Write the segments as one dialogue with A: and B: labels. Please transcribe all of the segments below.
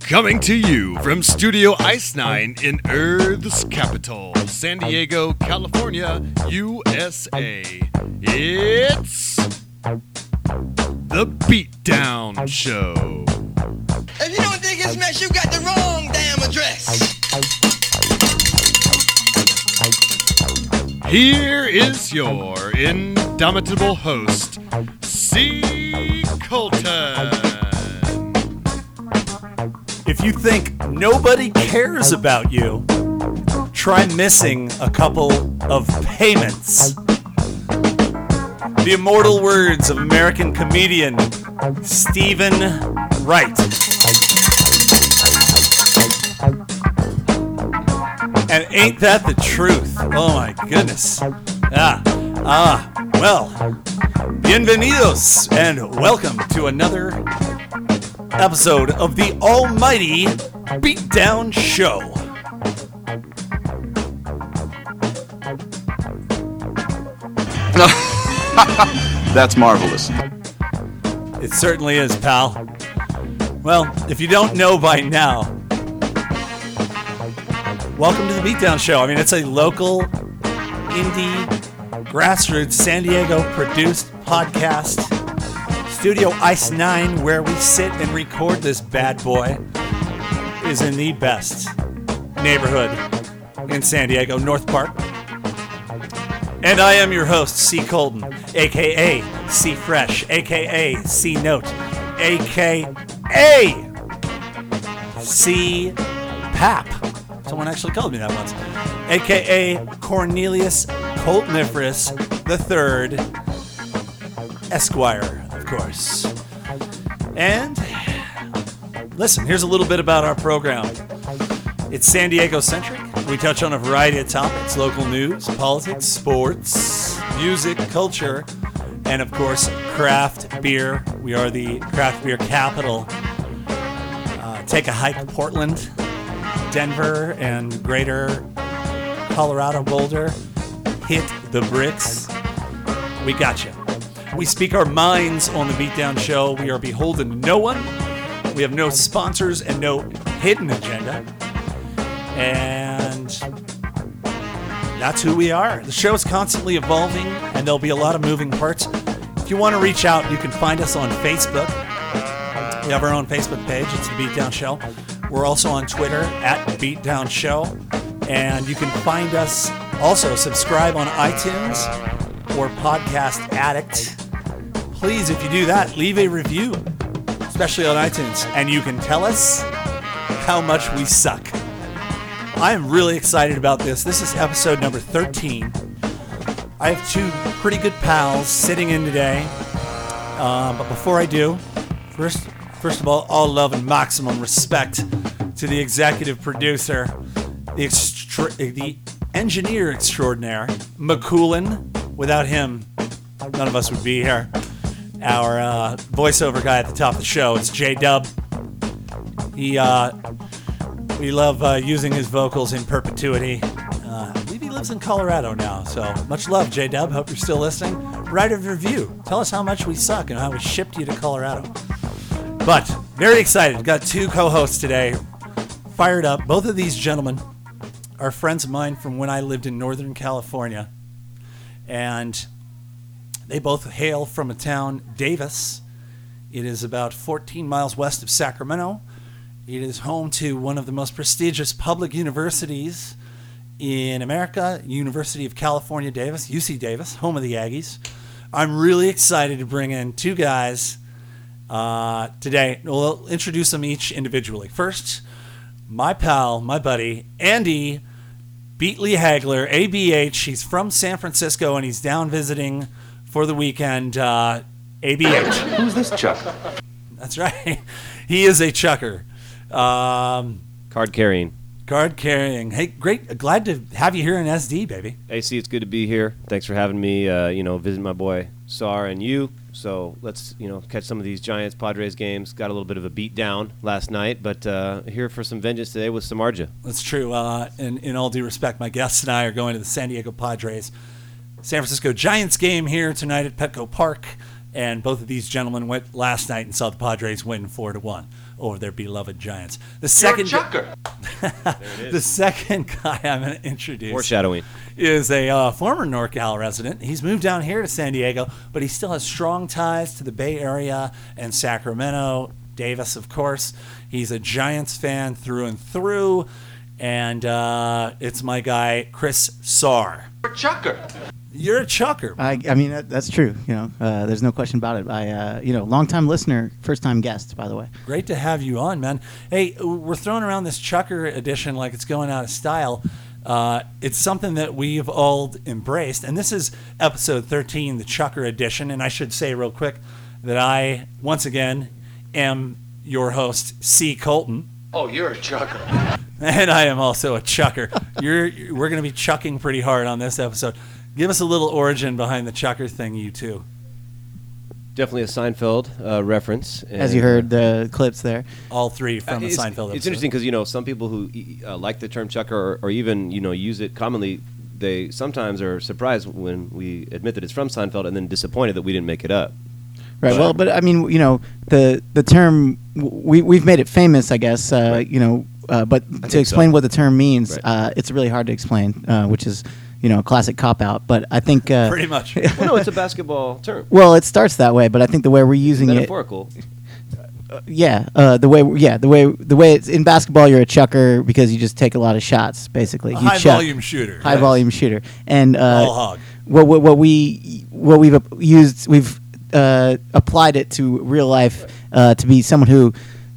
A: Coming to you from Studio Ice 9 in Earth's capital, San Diego, California, USA. It's the Beatdown Show.
B: If you don't think it's mess, you got the wrong damn address.
A: Here is your indomitable host, C. Colton.
C: If you think nobody cares about you, try missing a couple of payments. The immortal words of American comedian Stephen Wright. And ain't that the truth? Oh my goodness. Ah, ah, well. Bienvenidos and welcome to another episode of the almighty Beatdown Show.
D: That's marvelous.
C: It certainly is, pal. Well, if you don't know by now, welcome to the Beatdown Show. I mean, it's a local, indie, grassroots San Diego produced podcast, Studio Ice 9, where we sit and record this bad boy, is in the best neighborhood in San Diego, North Park. And I am your host, C. Colden, aka C. Fresh, aka C. Note, aka C. Pap. Someone actually called me that once. Aka Cornelius Coltniferous the Third, Esquire, of course. And listen, here's a little bit about our program. It's San Diego centric. We touch on a variety of topics local news, politics, sports, music, culture, and of course, craft beer. We are the craft beer capital. Uh, take a hike, Portland, Denver, and greater Colorado Boulder. Hit the bricks. We got you. We speak our minds on the Beatdown Show. We are beholden to no one. We have no sponsors and no hidden agenda. And that's who we are. The show is constantly evolving, and there'll be a lot of moving parts. If you want to reach out, you can find us on Facebook. We have our own Facebook page, it's the Beatdown Show. We're also on Twitter at Beatdown Show. And you can find us also subscribe on iTunes or Podcast Addict. Please, if you do that, leave a review, especially on iTunes, and you can tell us how much we suck. I am really excited about this. This is episode number 13. I have two pretty good pals sitting in today. Um, but before I do, first, first of all, all love and maximum respect to the executive producer, the, extra- the engineer extraordinaire, McCoolin. Without him, none of us would be here. Our uh, voiceover guy at the top of the show, it's J Dub. He uh, we love uh, using his vocals in perpetuity. Uh, I believe he lives in Colorado now, so much love, J Dub. Hope you're still listening. Write a review. Tell us how much we suck and how we shipped you to Colorado. But very excited. Got two co hosts today. Fired up. Both of these gentlemen are friends of mine from when I lived in Northern California. And they both hail from a town, Davis. It is about 14 miles west of Sacramento. It is home to one of the most prestigious public universities in America, University of California, Davis, UC Davis, home of the Aggies. I'm really excited to bring in two guys uh, today. We'll introduce them each individually. First, my pal, my buddy, Andy Beatley Hagler, ABH. He's from San Francisco and he's down visiting for the weekend. Uh, ABH.
D: Who's this Chuck?
C: That's right. He is a chucker. Um,
E: Card carrying.
C: card carrying. Hey, great. Glad to have you here in SD, baby.
E: AC, it's good to be here. Thanks for having me. Uh, you know, visit my boy Sar and you. So let's you know catch some of these Giants Padres games. Got a little bit of a beat down last night, but uh, here for some vengeance today with Samarja.
C: That's true. Uh, and in all due respect, my guests and I are going to the San Diego Padres, San Francisco Giants game here tonight at Petco Park. And both of these gentlemen went last night and saw the Padres win four to one over their beloved Giants. The second,
D: chucker.
C: the second guy I'm going to introduce
E: Foreshadowing.
C: is a uh, former NorCal resident. He's moved down here to San Diego, but he still has strong ties to the Bay Area and Sacramento. Davis, of course. He's a Giants fan through and through. And uh, it's my guy, Chris Saar.
D: Chucker.
C: You're a chucker.
F: I, I mean, that, that's true. You know, uh, there's no question about it. I, uh, you know, long-time listener, first-time guest, by the way.
C: Great to have you on, man. Hey, we're throwing around this chucker edition like it's going out of style. Uh, it's something that we've all embraced, and this is episode 13, the chucker edition. And I should say real quick that I, once again, am your host, C. Colton,
D: Oh, you're a chucker.
C: and I am also a chucker. You're, you're- we're going to be chucking pretty hard on this episode. Give us a little origin behind the chucker thing, you two.
E: Definitely a Seinfeld uh, reference.
F: As you
E: and-
F: heard the clips there,
C: All three from the
E: Uh, it's,
C: Seinfeld episode.
E: It's interesting because you know some people who e- uh, like the term chucker or, or even you know use it commonly. They sometimes are surprised when we admit that it's from Seinfeld and then disappointed that we didn't make it up.
F: right? Well, but I mean, you know, the the term w- we we've made it famous, I guess. Uh, You know, uh, but to
E: so.
F: explain what the term means,
E: Right.
F: uh, it's really hard to explain, uh, which is, you know, a classic cop out. But I think. Uh,
C: Pretty much.
E: Well, no, it's a basketball term.
F: well, it starts that way, but I think the way we're using it,
E: Metaphorical.
F: yeah, uh, the way, yeah, the way, the way it's in basketball, you're a chucker because you just take a lot of shots, basically.
C: A
F: you
C: high
F: chuck.
C: volume shooter.
F: high volume shooter. And
C: All
F: uh,
C: hog.
F: what, what what we what we've ap- used we've uh, applied it to real life uh, to be someone who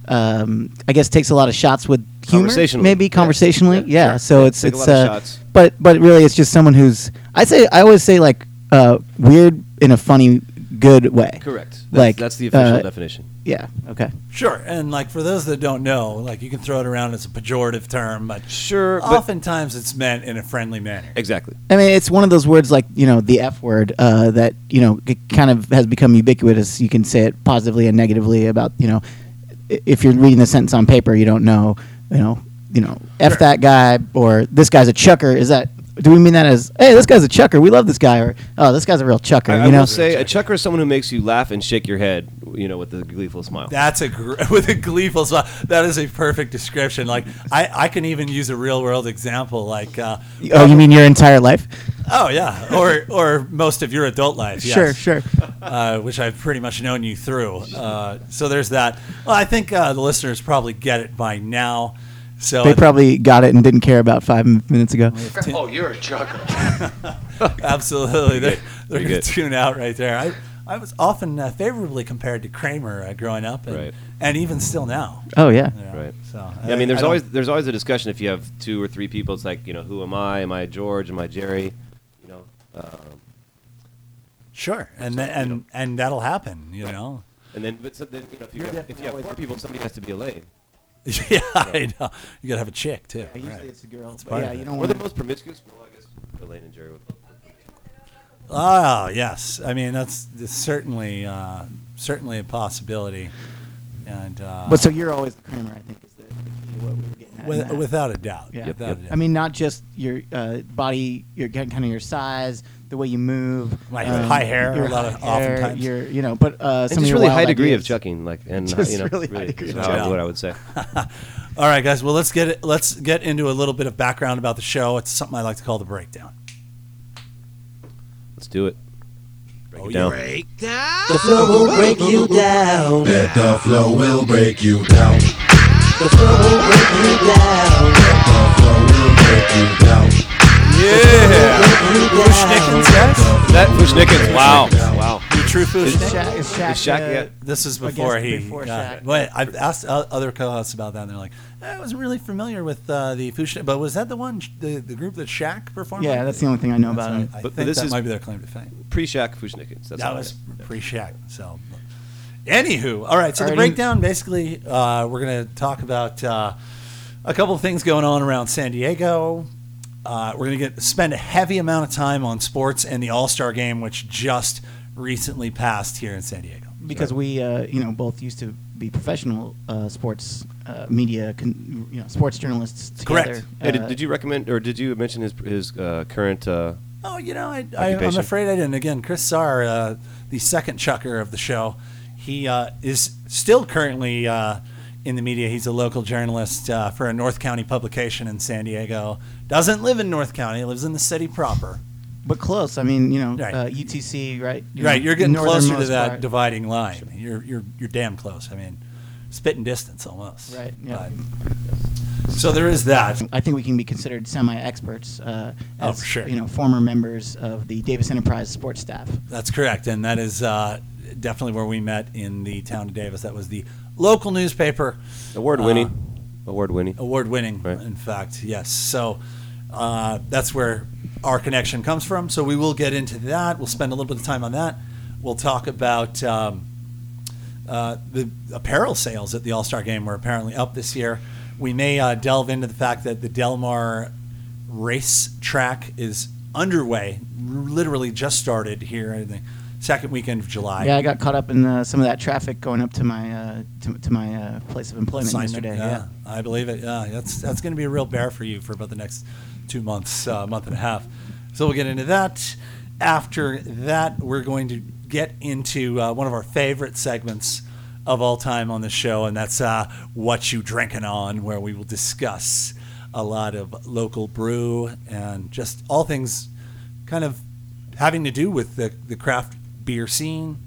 F: um, I guess takes a lot of shots with humor,
E: Conversationally.
F: maybe
E: Yeah.
F: conversationally.
E: Yeah,
F: Yeah,
E: sure.
F: so
E: Yeah,
F: it's
E: take a
F: it's
E: lot of
F: uh,
E: shots.
F: but but really it's just someone who's I say I always say like uh, weird in a funny good way.
E: Correct. That's,
F: Like,
E: that's the official
F: uh,
E: definition.
F: Yeah. Okay.
C: Sure, and like for those that don't know, like you can throw it around as a pejorative term, but
E: Sure, but-
C: oftentimes it's meant in a friendly manner.
E: Exactly.
F: I mean, it's one of those words like you know the F word uh, that you know it kind of has become ubiquitous. You can say it positively and negatively about you know i- if you're reading the sentence on paper, you don't know you know you know F that guy or this guy's a chucker. Is that do we mean that as hey this guy's a chucker? We love this guy or oh this guy's a real chucker.
E: I, I
F: you know,
E: will say a chucker is someone who makes you laugh and shake your head, you know, with a gleeful smile.
C: That's a gr- with a gleeful smile. That is a perfect description. Like I, I can even use a real world example. Like uh,
F: oh you mean your entire life?
C: oh yeah, or or most of your adult life. Yes.
F: Sure, sure.
C: uh, which I've pretty much known you through. Uh, so there's that. Well, I think uh, the listeners probably get it by now. So
F: They probably got it and didn't care about five m- minutes ago.
D: Oh, you're a chucker.
C: Absolutely, they're, they're
E: Pretty
C: going to
E: good.
C: tune out right there. I, I was often uh, favorably compared to Kramer uh, growing up, and,
E: Right.
C: and even still now.
F: Oh yeah.
C: you know,
E: Right.
C: So
E: I mean, there's
C: don't-
E: always there's always a discussion if you have two or three people. It's like you know, who am I? Am I George? Am I Jerry? You know, um,
C: sure, and tha- and and that'll happen, you know.
E: and then but so then you know, if you have, if you have four people, somebody has to be a lame.
C: yeah, I know. You gotta have a chick too. right.
F: it's a girl.
C: part
F: yeah,
C: of it.
F: you don't
E: Or
F: want
E: the most promiscuous. Well, I guess Elaine and Jerry. Would
C: Oh yes, I mean that's, that's certainly uh, certainly a possibility, and uh,
F: But so you're always the Kramer, I think, is the, the key to what we were getting at. in
C: with,
F: that.
C: without a doubt.
F: Yeah. Yep,
C: without
E: yep.
C: a doubt.
F: I mean, not just your uh, body, your kind of your size, the way you move, um,
C: Right, high hair,
F: your
C: a lot of-
F: high hair,
C: oftentimes.
F: your you know, but uh,
E: and
F: some of
E: just
F: your
E: really
F: wild
E: high degree of
F: ideas.
E: chucking, like and
F: Just
E: you know,
F: really high degree
E: is
F: of
E: how I-
C: chucking.
E: what I would say.
C: all right, guys. Well, let's get it. Let's get into a little bit of background about the show. It's something I like to call the breakdown.
E: Let's do it. Break
C: Oh,
E: it down.
G: Let the flow will break you down. The
C: Bush Nickens, yes.
E: That Bush Nickens. Wow. Wow.
C: Your true Bush Nickens.
F: Shaq, is Shaq,
E: Is Shaq
F: uh,
E: yet?
C: This is
F: I guess
C: before he.
F: before
C: got-
F: Shaq.
C: But I've asked o- other co-hosts about that, and they're like, "Eh, "I wasn't really familiar with uh, the Fushnik, but was that the one, sh- the, the group that Shaq performed?"
F: Yeah,
C: with?
F: that's the only thing I know about him.
C: I
E: But- but
C: think
E: this
C: that
E: is-
C: might be their claim to fame.
E: Pre-Shaq Bush Nickens. That's
C: that
E: all
C: was
E: it is.
C: pre-Shaq. So, anywho, all right. So the
F: Alrighty.
C: breakdown, basically, uh, we're going to talk about uh, a couple of things going on around San Diego. Uh, we're going to get spend a heavy amount of time on sports and the All Star Game, which just recently passed here in San Diego.
F: because we uh, you know both used to be professional uh, sports uh, media con- you know sports journalists
C: Correct.
F: together.
E: Hey, did,
F: Uh,
E: did you recommend or did you mention his his uh, current? Uh,
C: Oh, you know, I, I, I'm
E: Occupation.
C: afraid I didn't. Again, Chris Saar, uh, the second chucker of the show, he uh, is still currently uh, in the media. He's a local journalist uh, for a North County publication in San Diego. Doesn't live in North County, lives in the city proper.
F: but close. I mean, you know,
C: Right.
F: uh, UTC, right? You
C: right,
F: know,
C: you're getting closer to
F: northernmost
C: that
F: part.
C: dividing line. You're, you're, you're damn close. I mean, spitting distance almost.
F: Right, yeah.
C: But- so there is that.
F: I think we can be considered semi-experts. Uh,
C: Oh,
F: as,
C: for sure.
F: You know, former members of the Davis Enterprise sports staff.
C: That's correct, and that is uh, definitely where we met in the town of Davis. That was the local newspaper,
E: award winning,
C: Uh.
E: award winning.
C: award winning,
E: Right.
C: in fact. Yes, so uh, that's where our connection comes from. So we will get into that. We'll spend a little bit of time on that. We'll talk about um, uh, the apparel sales at the All Star Game were apparently up this year. We may uh, delve into the fact that the Delmar race track is underway, literally just started here in the second weekend of July.
F: Yeah, I got caught up in uh, some of that traffic going up to my uh, to, to my uh, place of employment
C: Assignment,
F: yesterday.
C: Yeah, I believe it. Yeah, that's that's going to be a real bear for you for about the next two months, uh, month and a half. So we'll get into that. After that, we're going to get into uh, one of our favorite segments of all time on the show, and that's uh, "What You Drinking On," where we will discuss a lot of local brew and just all things kind of having to do with the, the craft beer scene.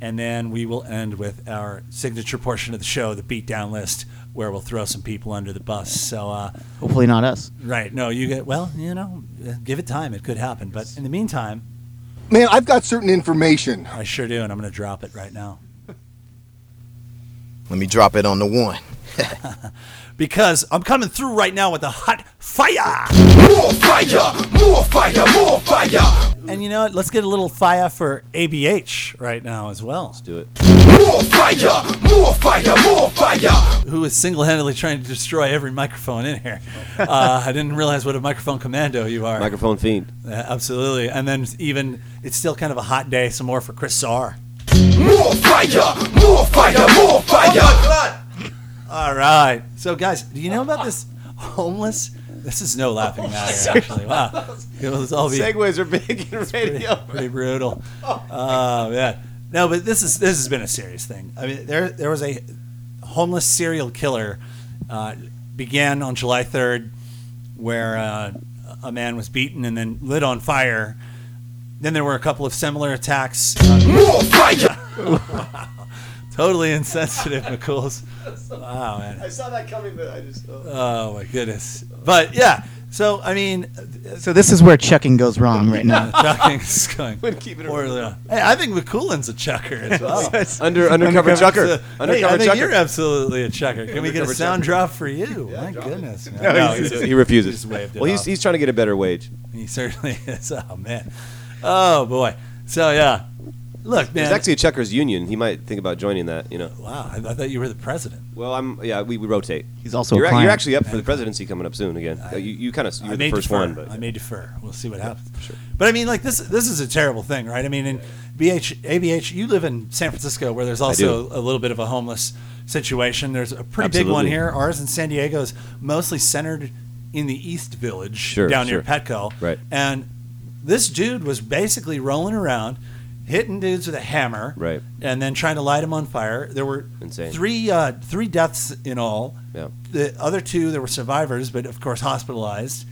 C: And then we will end with our signature portion of the show, the beatdown list, where we'll throw some people under the bus. So, uh,
F: Hopefully not us.
C: right, no, you get, well, you know, uh, give it time. It could happen. But in the meantime,
H: Man, I've got certain information.
C: I sure do, and I'm going to drop it right now.
I: Let me drop it on the one.
C: Because I'm coming through right now with a hot fire.
G: More fire, more fire, more fire.
C: And you know what? Let's get a little fire for ABH right now as well,
E: Do it.
G: More fire, more fire, more fire.
C: who is single handedly trying to destroy every microphone in here. Uh, I didn't realize what a microphone commando you are.
E: Microphone fiend.
C: Uh, absolutely. And then even it's still kind of a hot day. Some more for Chris Saar.
G: More fire, more fire, more fire.
C: All right. So guys, do you know about this homeless? This is no laughing matter. Actually, wow. It was all be
E: Segways are big in radio.
C: pretty brutal. Oh man. No, but this is this has been a serious thing. I mean, there there was a homeless serial killer uh, began on July 3rd, where uh, a man was beaten and then lit on fire. Then there were a couple of similar attacks.
G: More fire,
C: Totally insensitive, McCool's. Wow, man.
E: I saw that coming, but I just.
C: Oh my goodness. But yeah, so I mean,
F: So this is where chucking goes wrong right now.
C: chucking is going
E: Wouldn't keep it
C: poorly on. Hey, I think McCoolin's a chucker as well.
E: Under undercover chucker.
C: So,
E: undercover
C: hey, I think
E: chucker.
C: you're absolutely a chucker. Can we get a
E: Undercover
C: sound
E: chucker.
C: drop for you? my goodness. man.
E: No, he's-
C: he's-
E: he refuses.
C: he just waved it
E: well, he's,
C: off.
E: he's trying to get a better wage.
C: he certainly is. Oh man. Oh boy. So yeah. Look, man.
E: There's actually a checkers union. He might think about joining that. You know.
C: wow, I, I thought you were the president.
E: Well, I'm. Yeah, we, we rotate.
F: He's also a
E: You're, ac- you're
F: client.
E: actually up for the presidency coming up soon again. Uh, you you kind of
C: I
E: you're
C: may
E: the first
C: defer.
E: one, but
C: I may defer. We'll see what happens. But I mean, like this this is a terrible thing, right? I mean, in BH ABH, you live in San Francisco, where there's also a little bit of a homeless situation. There's a pretty big one
E: Absolutely.
C: here. Ours in San Diego is mostly centered in the East Village,
E: Sure,
C: down near
E: sure.
C: Petco,
E: Right.
C: And this dude was basically rolling around. Hitting dudes with a hammer,
E: Right.
C: and then trying to light them on fire. There were
E: Insane.
C: three uh, three deaths in all
E: Yeah.
C: the other two there were survivors but of course hospitalized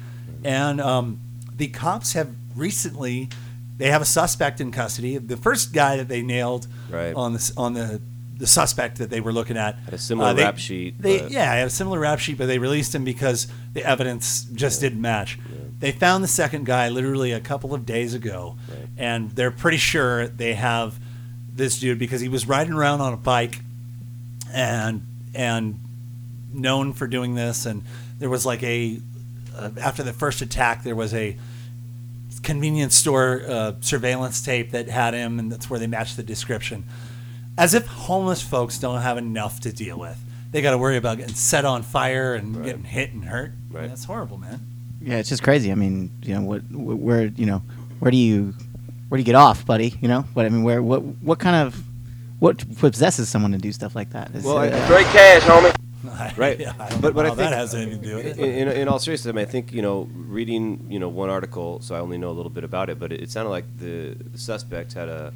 C: and um, the cops have recently they have a suspect in custody the first guy that they nailed
E: Right.
C: on this on the the suspect that they were looking at
E: Had a similar
C: Uh, they-
E: rap sheet,
C: they,
E: but-
C: yeah had a similar rap sheet but they released him because the evidence just didn't match they found the second guy literally a couple of days ago and they're pretty sure they have this dude because he was riding around on a bike and and known for doing this and there was like a uh, after the first attack there was a convenience store uh, surveillance tape that had him and that's where they matched the description as if homeless folks don't have enough to deal with they got to worry about getting set on fire and getting hit and hurt
E: Right.
C: that's horrible man
F: Yeah, it's just crazy. I mean, you know, what, wh- where, you know, where do you, where do you get off, buddy? You know, but I mean, where what what kind of what possesses someone to do stuff like that? Is
E: Well, I-
F: it, uh,
D: Great cash, homie.
E: Right.
C: Yeah, I don't
E: But-
C: know
E: but I
C: how that
E: think-
C: has anything to do with it.
E: in, in, in all seriousness, I mean, I think you know, reading you know one article, so I only know a little bit about it, but it, it sounded like the, the suspect had a,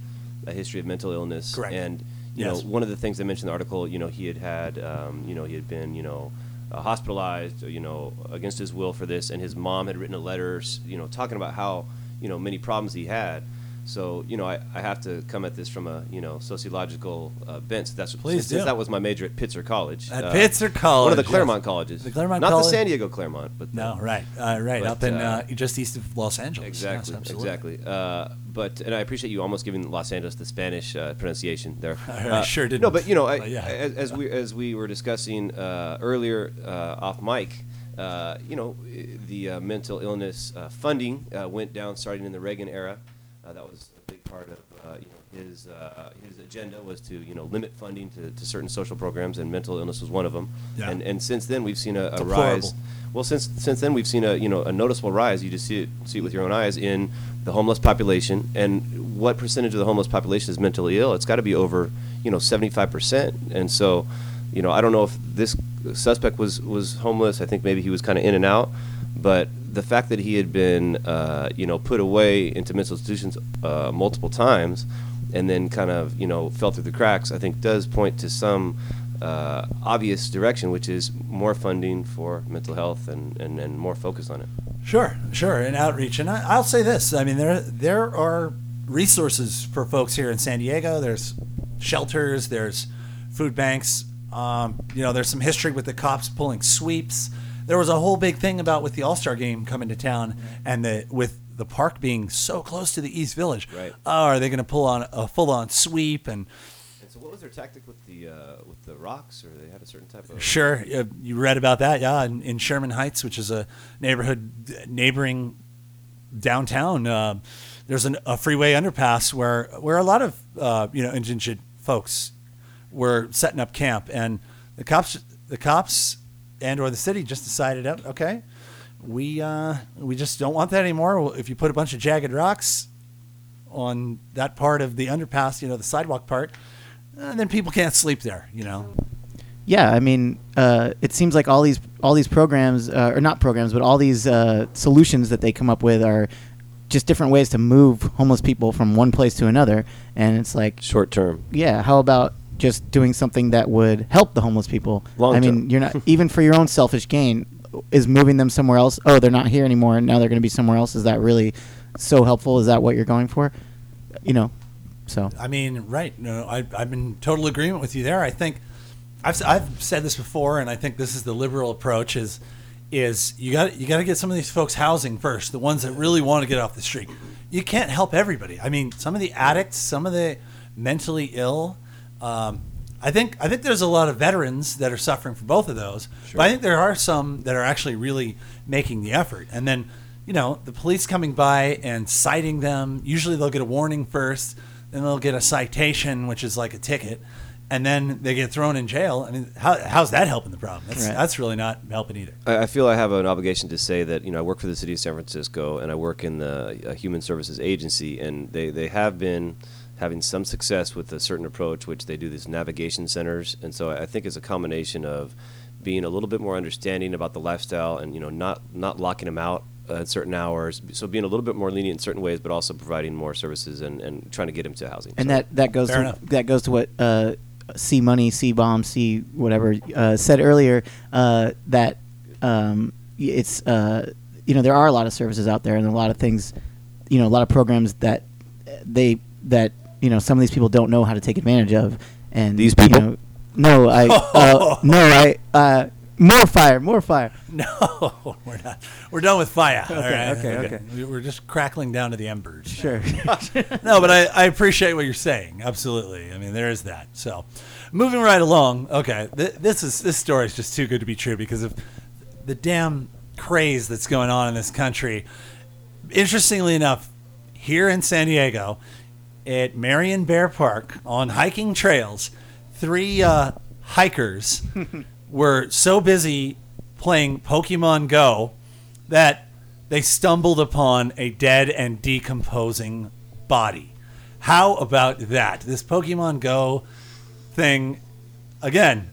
E: a history of mental illness,
C: Correct.
E: and you
C: Yes.
E: know, one of the things they mentioned in the article, you know, he had had, um, you know, he had been, you know. Uh, hospitalized, you know, against his will for this, and his mom had written a letter, s- you know, talking about how, you know, many problems he had. So, you know, I, I have to come at this from a, you know, sociological uh, bent. So that's what,
C: Please
E: since, since
C: do.
E: that was my major at Pitzer College. Uh,
C: At Pitzer College,
E: one of the
C: yes.
E: Claremont colleges,
C: The Claremont
E: not
C: College-
E: the San Diego Claremont, but the-
C: No, right, uh, right,
E: But,
C: up in
E: uh,
C: uh, just east of Los Angeles.
E: Exactly,
C: Yes, absolutely.
E: exactly. Uh, but and I appreciate you almost giving Los Angeles the Spanish uh, pronunciation there.
C: I
E: Uh,
C: sure didn't.
E: No, but you know, I,
C: But yeah.
E: as, as we as we were discussing uh, earlier uh, off mic, uh, you know, i- the uh, mental illness uh, funding uh, went down starting in the Reagan era. Uh, that was a big part of uh, you know, his uh, his agenda was to you know limit funding to, to certain social programs, and mental illness was one of them.
C: Yeah.
E: And and since then we've seen a, a
C: Deplorable.
E: uh, rise. Well, since since then we've seen a you know a noticeable rise. You just see it see it with your own eyes in the homeless population. And what percentage of the homeless population is mentally ill? It's got to be over you know seventy five percent. And so, you know, I don't know if this suspect was was homeless. I think maybe he was kind of in and out. But the fact that he had been uh, you know put away into mental institutions uh, multiple times and then kind of you know fell through the cracks, I think does point to some uh, obvious direction, which is more funding for mental health and, and, and more focus on it.
C: Sure, sure, and outreach. And I, I'll say this: I mean, there there are resources for folks here in San Diego. There's shelters. There's food banks. Um, you know, there's some history with the cops pulling sweeps. There was a whole big thing about with the All Star Game coming to town, and the with the park being so close to the East Village.
E: Right.
C: Oh, are they going to pull on a full on sweep and?
E: And so, what was their tactic with the uh, with the rocks, or they had a certain type of?
C: Sure, uh, you read about that, yeah, in, in Sherman Heights, which is a neighborhood neighboring downtown. Uh, there's an, a freeway underpass where where a lot of uh, you know indigent folks were setting up camp, and the cops, the cops, and or the city just decided, "Oh, okay, we uh, we just don't want that anymore. Well, If you put a bunch of jagged rocks on that part of the underpass, you know, the sidewalk part, uh, then people can't sleep there, you know."
F: yeah, I mean, uh, it seems like all these all these programs, uh, or not programs, but all these uh, solutions that they come up with are just different ways to move homeless people from one place to another. And it's like,
E: Short term.
F: yeah, how about just doing something that would help the homeless people?
E: Long
F: I mean,
E: term.
F: you're not even for your own selfish gain. Is moving them somewhere else? Oh, they're not here anymore, and now they're going to be somewhere else. Is that really so helpful? Is that what you're going for? You know, so
C: I mean, right. No, I, I'm in total agreement with you there. I think I've, s- I've said this before, and I think this is the liberal approach is is you got you got to get some of these folks housing first, the ones that really want to get off the street. You can't help everybody. I mean, some of the addicts, some of the mentally ill. Um, I think I think there's a lot of veterans that are suffering from both of those, but I think there are some that are actually really making the effort. And then, you know, the police coming by and citing them. Usually, they'll get a warning first, then they'll get a citation, which is like a ticket, and then they get thrown in jail. I mean, how, how's that helping the problem? That's
F: Right.
C: that's really not helping either.
E: I, I feel I have an obligation to say that you know I work for the city of San Francisco and I work in the uh, Human Services Agency, and they they have been having some success with a certain approach, which they do these navigation centers, and so I I think it's a combination of being a little bit more understanding about the lifestyle and you know not not locking them out uh, at certain hours, so being a little bit more lenient in certain ways, but also providing more services and, and trying to get them to housing.
F: and
E: So-
F: that that goes
C: Fair
F: to,
C: enough.
F: that goes to what uh, C Money, C Bomb, C whatever uh, said earlier uh, that um, y- it's uh, you know there are a lot of services out there and a lot of things you know a lot of programs that uh, they that you know some of these people don't know how to take advantage of and
E: These
F: you
E: people?
F: know- no I uh, no I uh, more fire more fire
C: No, we're not. We're done with fire. all right?
F: okay, okay.
C: We- We're just crackling down to the embers.
F: sure
C: no, but I, I appreciate what you're saying. Absolutely. I mean, there is that. So, moving right along. Okay, th- this is this story is just too good to be true because of the damn craze that's going on in this country. Interestingly enough, here in San Diego, at Marion Bear Park on hiking trails, three uh, hikers were so busy playing Pokemon Go that they stumbled upon a dead and decomposing body. How about that? This Pokemon Go thing, again,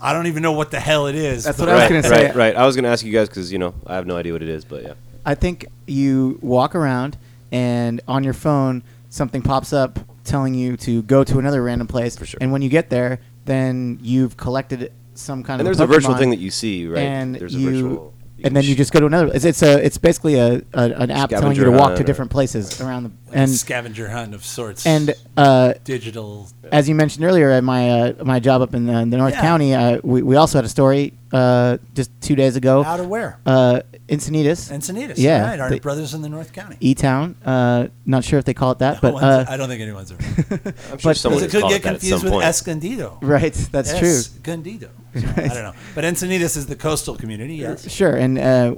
C: I don't even know what the hell it is.
F: That's
C: but
F: what I was
E: right,
F: gonna say.
E: right, right. I was going to ask you guys because you know I have no idea what it is, but yeah.
F: I think you walk around and on your phone something pops up telling you to go to another random place. For
E: sure.
F: And when you get there, then you've collected some kind
E: And
F: of
E: there's a virtual
F: Pokemon,
E: thing that you see, right?
F: And
E: there's
F: you,
E: a virtual.
F: and then you just go to another. It's, it's a it's basically a, a an app telling you
E: Scavenger
F: to walk
E: hunt
F: to
E: or-
F: different places around the
C: a
F: and
C: scavenger hunt of sorts.
F: and uh,
C: digital.
F: as you mentioned earlier, at my uh, my job up in the, the North
C: Yeah.
F: County, uh, we, we also had a story uh, just two days ago.
C: Out of where?
F: Uh, Encinitas.
C: Encinitas.
F: Yeah.
C: Right, our
F: the
C: brothers in the North County.
F: E Town. Uh, not sure if they call it that, but
C: One's- I
F: uh,
C: don't think anyone's ever.
E: I'm sure
F: but-
E: someone
C: Because it
E: has
F: Does it
C: could
E: called
C: get
E: it that at some
C: confused with
E: point.
C: Escondido.
F: right, that's true.
C: Escondido. So, I don't know. But Encinitas is the coastal community, yes.
F: Sure, and uh,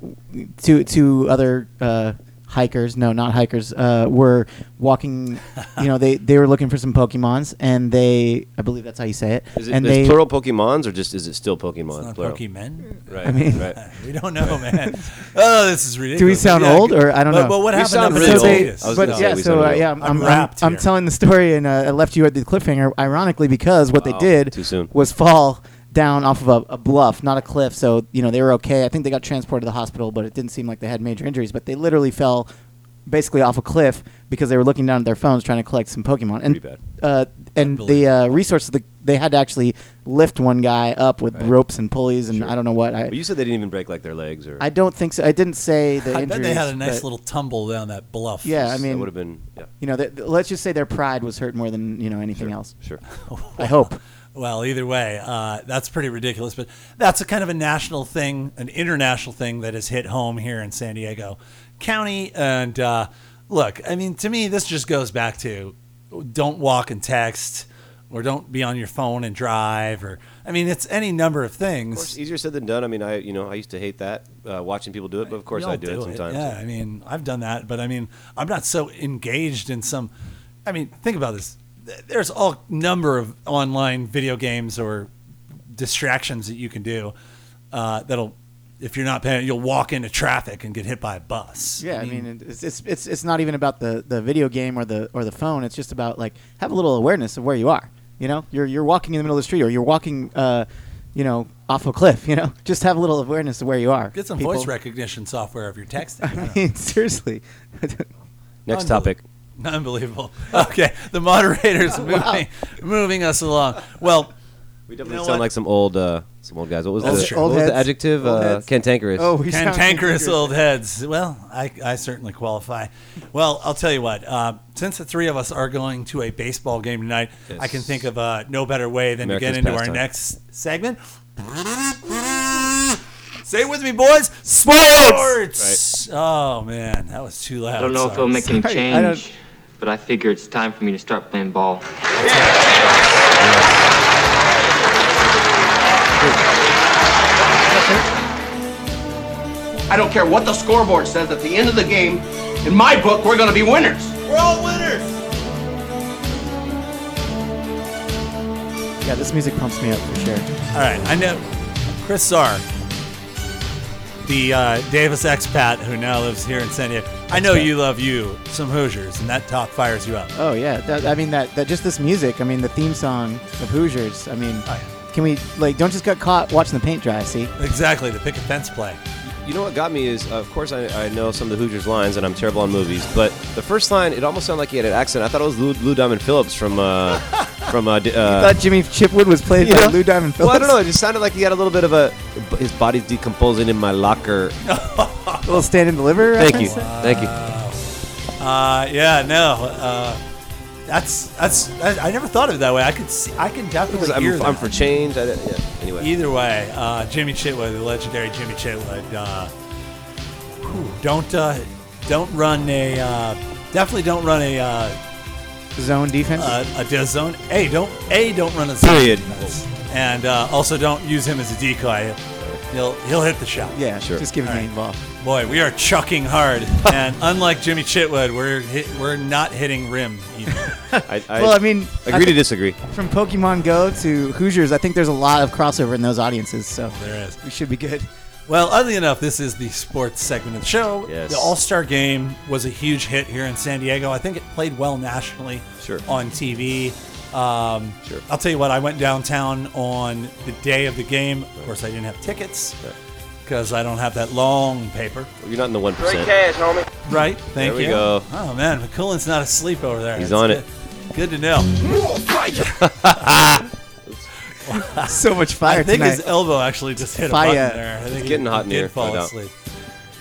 F: two two other uh, hikers, no, not hikers, uh, were walking. you know, they, they were looking for some Pokemons, and they, I believe that's how you say it.
E: Is it
F: and
E: is
F: they,
E: plural Pokemons or just is it still Pokemon?
C: Not
E: plural.
C: Pokemon.
E: Right.
F: I mean-
E: right.
C: We don't know, man. Oh, this is ridiculous.
F: Do we sound
C: Yeah,
F: old, or I don't
C: but,
F: know?
C: But what
E: We
C: happened
E: sound
C: up in
E: really
F: Um,
E: old.
F: so they,
E: I was
C: Encinitas?
F: but
E: gonna
C: No.
E: say
F: yeah,
E: we
F: so
E: sounded
F: uh,
E: old.
F: yeah,
C: I'm
F: I'm, I'm, I'm,
C: wrapped
F: I'm
C: here.
F: telling the story, and uh, I left you at the cliffhanger. Ironically, because what they
E: Wow,
F: did
E: Oh, too soon.
F: was fall down off of a, a bluff, not a cliff. So you know they were okay. I think they got transported to the hospital, but it didn't seem like they had major injuries. But they literally fell basically off a cliff because they were looking down at their phones trying to collect some Pokemon.
E: Pretty
F: And
E: bad.
F: uh, and the uh, resources the, they had to actually lift one guy up with ropes and pulleys and I don't know what.
E: But
F: I
E: you said they didn't even break like their legs or.
F: I don't think so. I didn't say the
C: I
F: injuries.
C: bet they had a nice
F: but-
C: little tumble down that bluff.
F: Yeah, I
E: that
F: mean,
E: would have been. Yeah.
F: you know, th th- let's just say their pride was hurt more than you know anything else.
E: Sure.
F: I hope.
C: Well, either way, uh, that's pretty ridiculous. But that's a kind of a national thing, an international thing that has hit home here in San Diego County. And uh, look, I mean, to me, this just goes back to don't walk and text, or don't be on your phone and drive, or I mean, it's any number of
E: Of course,
C: things.
E: easier said than done. I mean, I you know I used to hate that uh, watching people do it, but of course
C: We all
E: I do, it sometimes.
C: Yeah, I mean, I've done that, but I mean, I'm not so engaged in some. I mean, think about this. Th- There's all number of online video games or distractions that you can do uh, that'll, if you're not paying, you'll walk into traffic and get hit by a bus.
F: Yeah, I mean, it's, it's it's it's not even about the the video game or the or the phone. It's just about like have a little awareness of where you are. You know, you're you're walking in the middle of the street or you're walking, uh, you know, off a cliff. You know, just have a little awareness of where you are.
C: get some
F: people.
C: voice recognition software if you're texting. you know.
F: I mean, seriously.
C: Unbelievable.
E: Next topic.
C: Unbelievable. Okay, the moderator's moving moving us along. Well,
E: We definitely
C: know
E: sound
C: what?
E: like some old uh, some old guys. What was
C: Old
E: the
C: sh-
E: what
F: old
E: was the
F: heads.
E: adjective? Uh,
F: Old heads. Oh,
E: cantankerous.
F: we sound
C: Cantankerous old heads. Well, I, I certainly qualify. Well, I'll tell you what. Uh, since the three of us are going to a baseball game tonight, I can think of uh, no better way than to
E: America's
C: get into
E: pastime.
C: our next segment. Say it with me, boys. Sports. Oh man, that was too loud.
I: I don't know
C: Sorry.
I: if it'll make any
F: Sorry, I don't-
I: change, but I figure it's time for me to start playing ball.
G: I don't care what the scoreboard says at the end of the game. In my book, we're going to be winners.
B: We're all winners.
F: Yeah, this music pumps me up for sure.
C: All right, I know Chris Sarr, the uh, Davis expat who now lives here in San Diego. I know you love you some Hoosiers, and that talk fires you up.
F: Oh yeah, that, I mean that, that just this music. I mean the theme song of Hoosiers. I mean,
C: Oh, yeah.
F: can we like don't just get caught watching the paint dry? See,
C: Exactly, the pick a fence play.
E: You know what got me is, uh, of course, I, I know some of the Hoosiers lines, and I'm terrible on movies. But the first line, it almost sounded like he had an accent. I thought it was Lou, Lou Diamond Phillips from uh, from. Uh, d- uh,
F: thought Jimmy Chipwood was played
E: you
F: by
E: know?
F: Lou Diamond Phillips.
E: Well, I don't know. It just sounded like he had a little bit of a. His body's decomposing in my locker.
F: A little stand and deliver.
E: Thank you,
F: reference there?
E: thank you.
C: Uh, yeah, no, uh, that's that's I, I never thought of it that way. I could see, I can definitely hear
E: I'm,
C: that.
E: I'm for change. I, don't- yeah. Anyway,
C: Either way, uh, Jimmy Chitwood, the legendary Jimmy Chitwood, uh, whew, don't uh, don't run a uh, definitely don't run a uh,
F: Zone defense.
C: uh, a death zone. A don't a don't run a zone.
E: Period.
C: defense. And uh, also don't use him as a decoy. He'll he'll hit the shot.
F: yeah,
E: sure.
F: Just give me
C: All right.
F: the ball.
C: Boy, we are chucking hard, and unlike Jimmy Chitwood, we're hit, we're not hitting rim. Even.
E: I, I
F: well, I mean,
E: agree
F: I
E: to
F: think
E: disagree.
F: From Pokemon Go to Hoosiers, I think there's a lot of crossover in those audiences. So
C: There is.
F: we should be good.
C: Well, oddly enough, this is the sports segment of the show.
E: Yes.
C: The All Star Game was a huge hit here in San Diego. I think it played well nationally
E: Sure.
C: on TV. Um,
E: Sure.
C: I'll tell you what, I went downtown on the day of the game. Of course, I didn't have tickets because I don't have that long paper.
E: You're not in the one
B: Great
E: percent.
B: cash, homie.
C: Right? Thank
E: There we
C: you.
E: go.
C: Oh, man. McCullen's not asleep over there.
E: He's
C: That's
E: on
C: good. Good to know.
F: so much fire
C: I think uh,
F: tonight.
C: his elbow actually just hit a
F: Fire.
C: button there. I think he
E: getting hot in
C: did
E: here,
C: fall
E: no doubt.
C: asleep.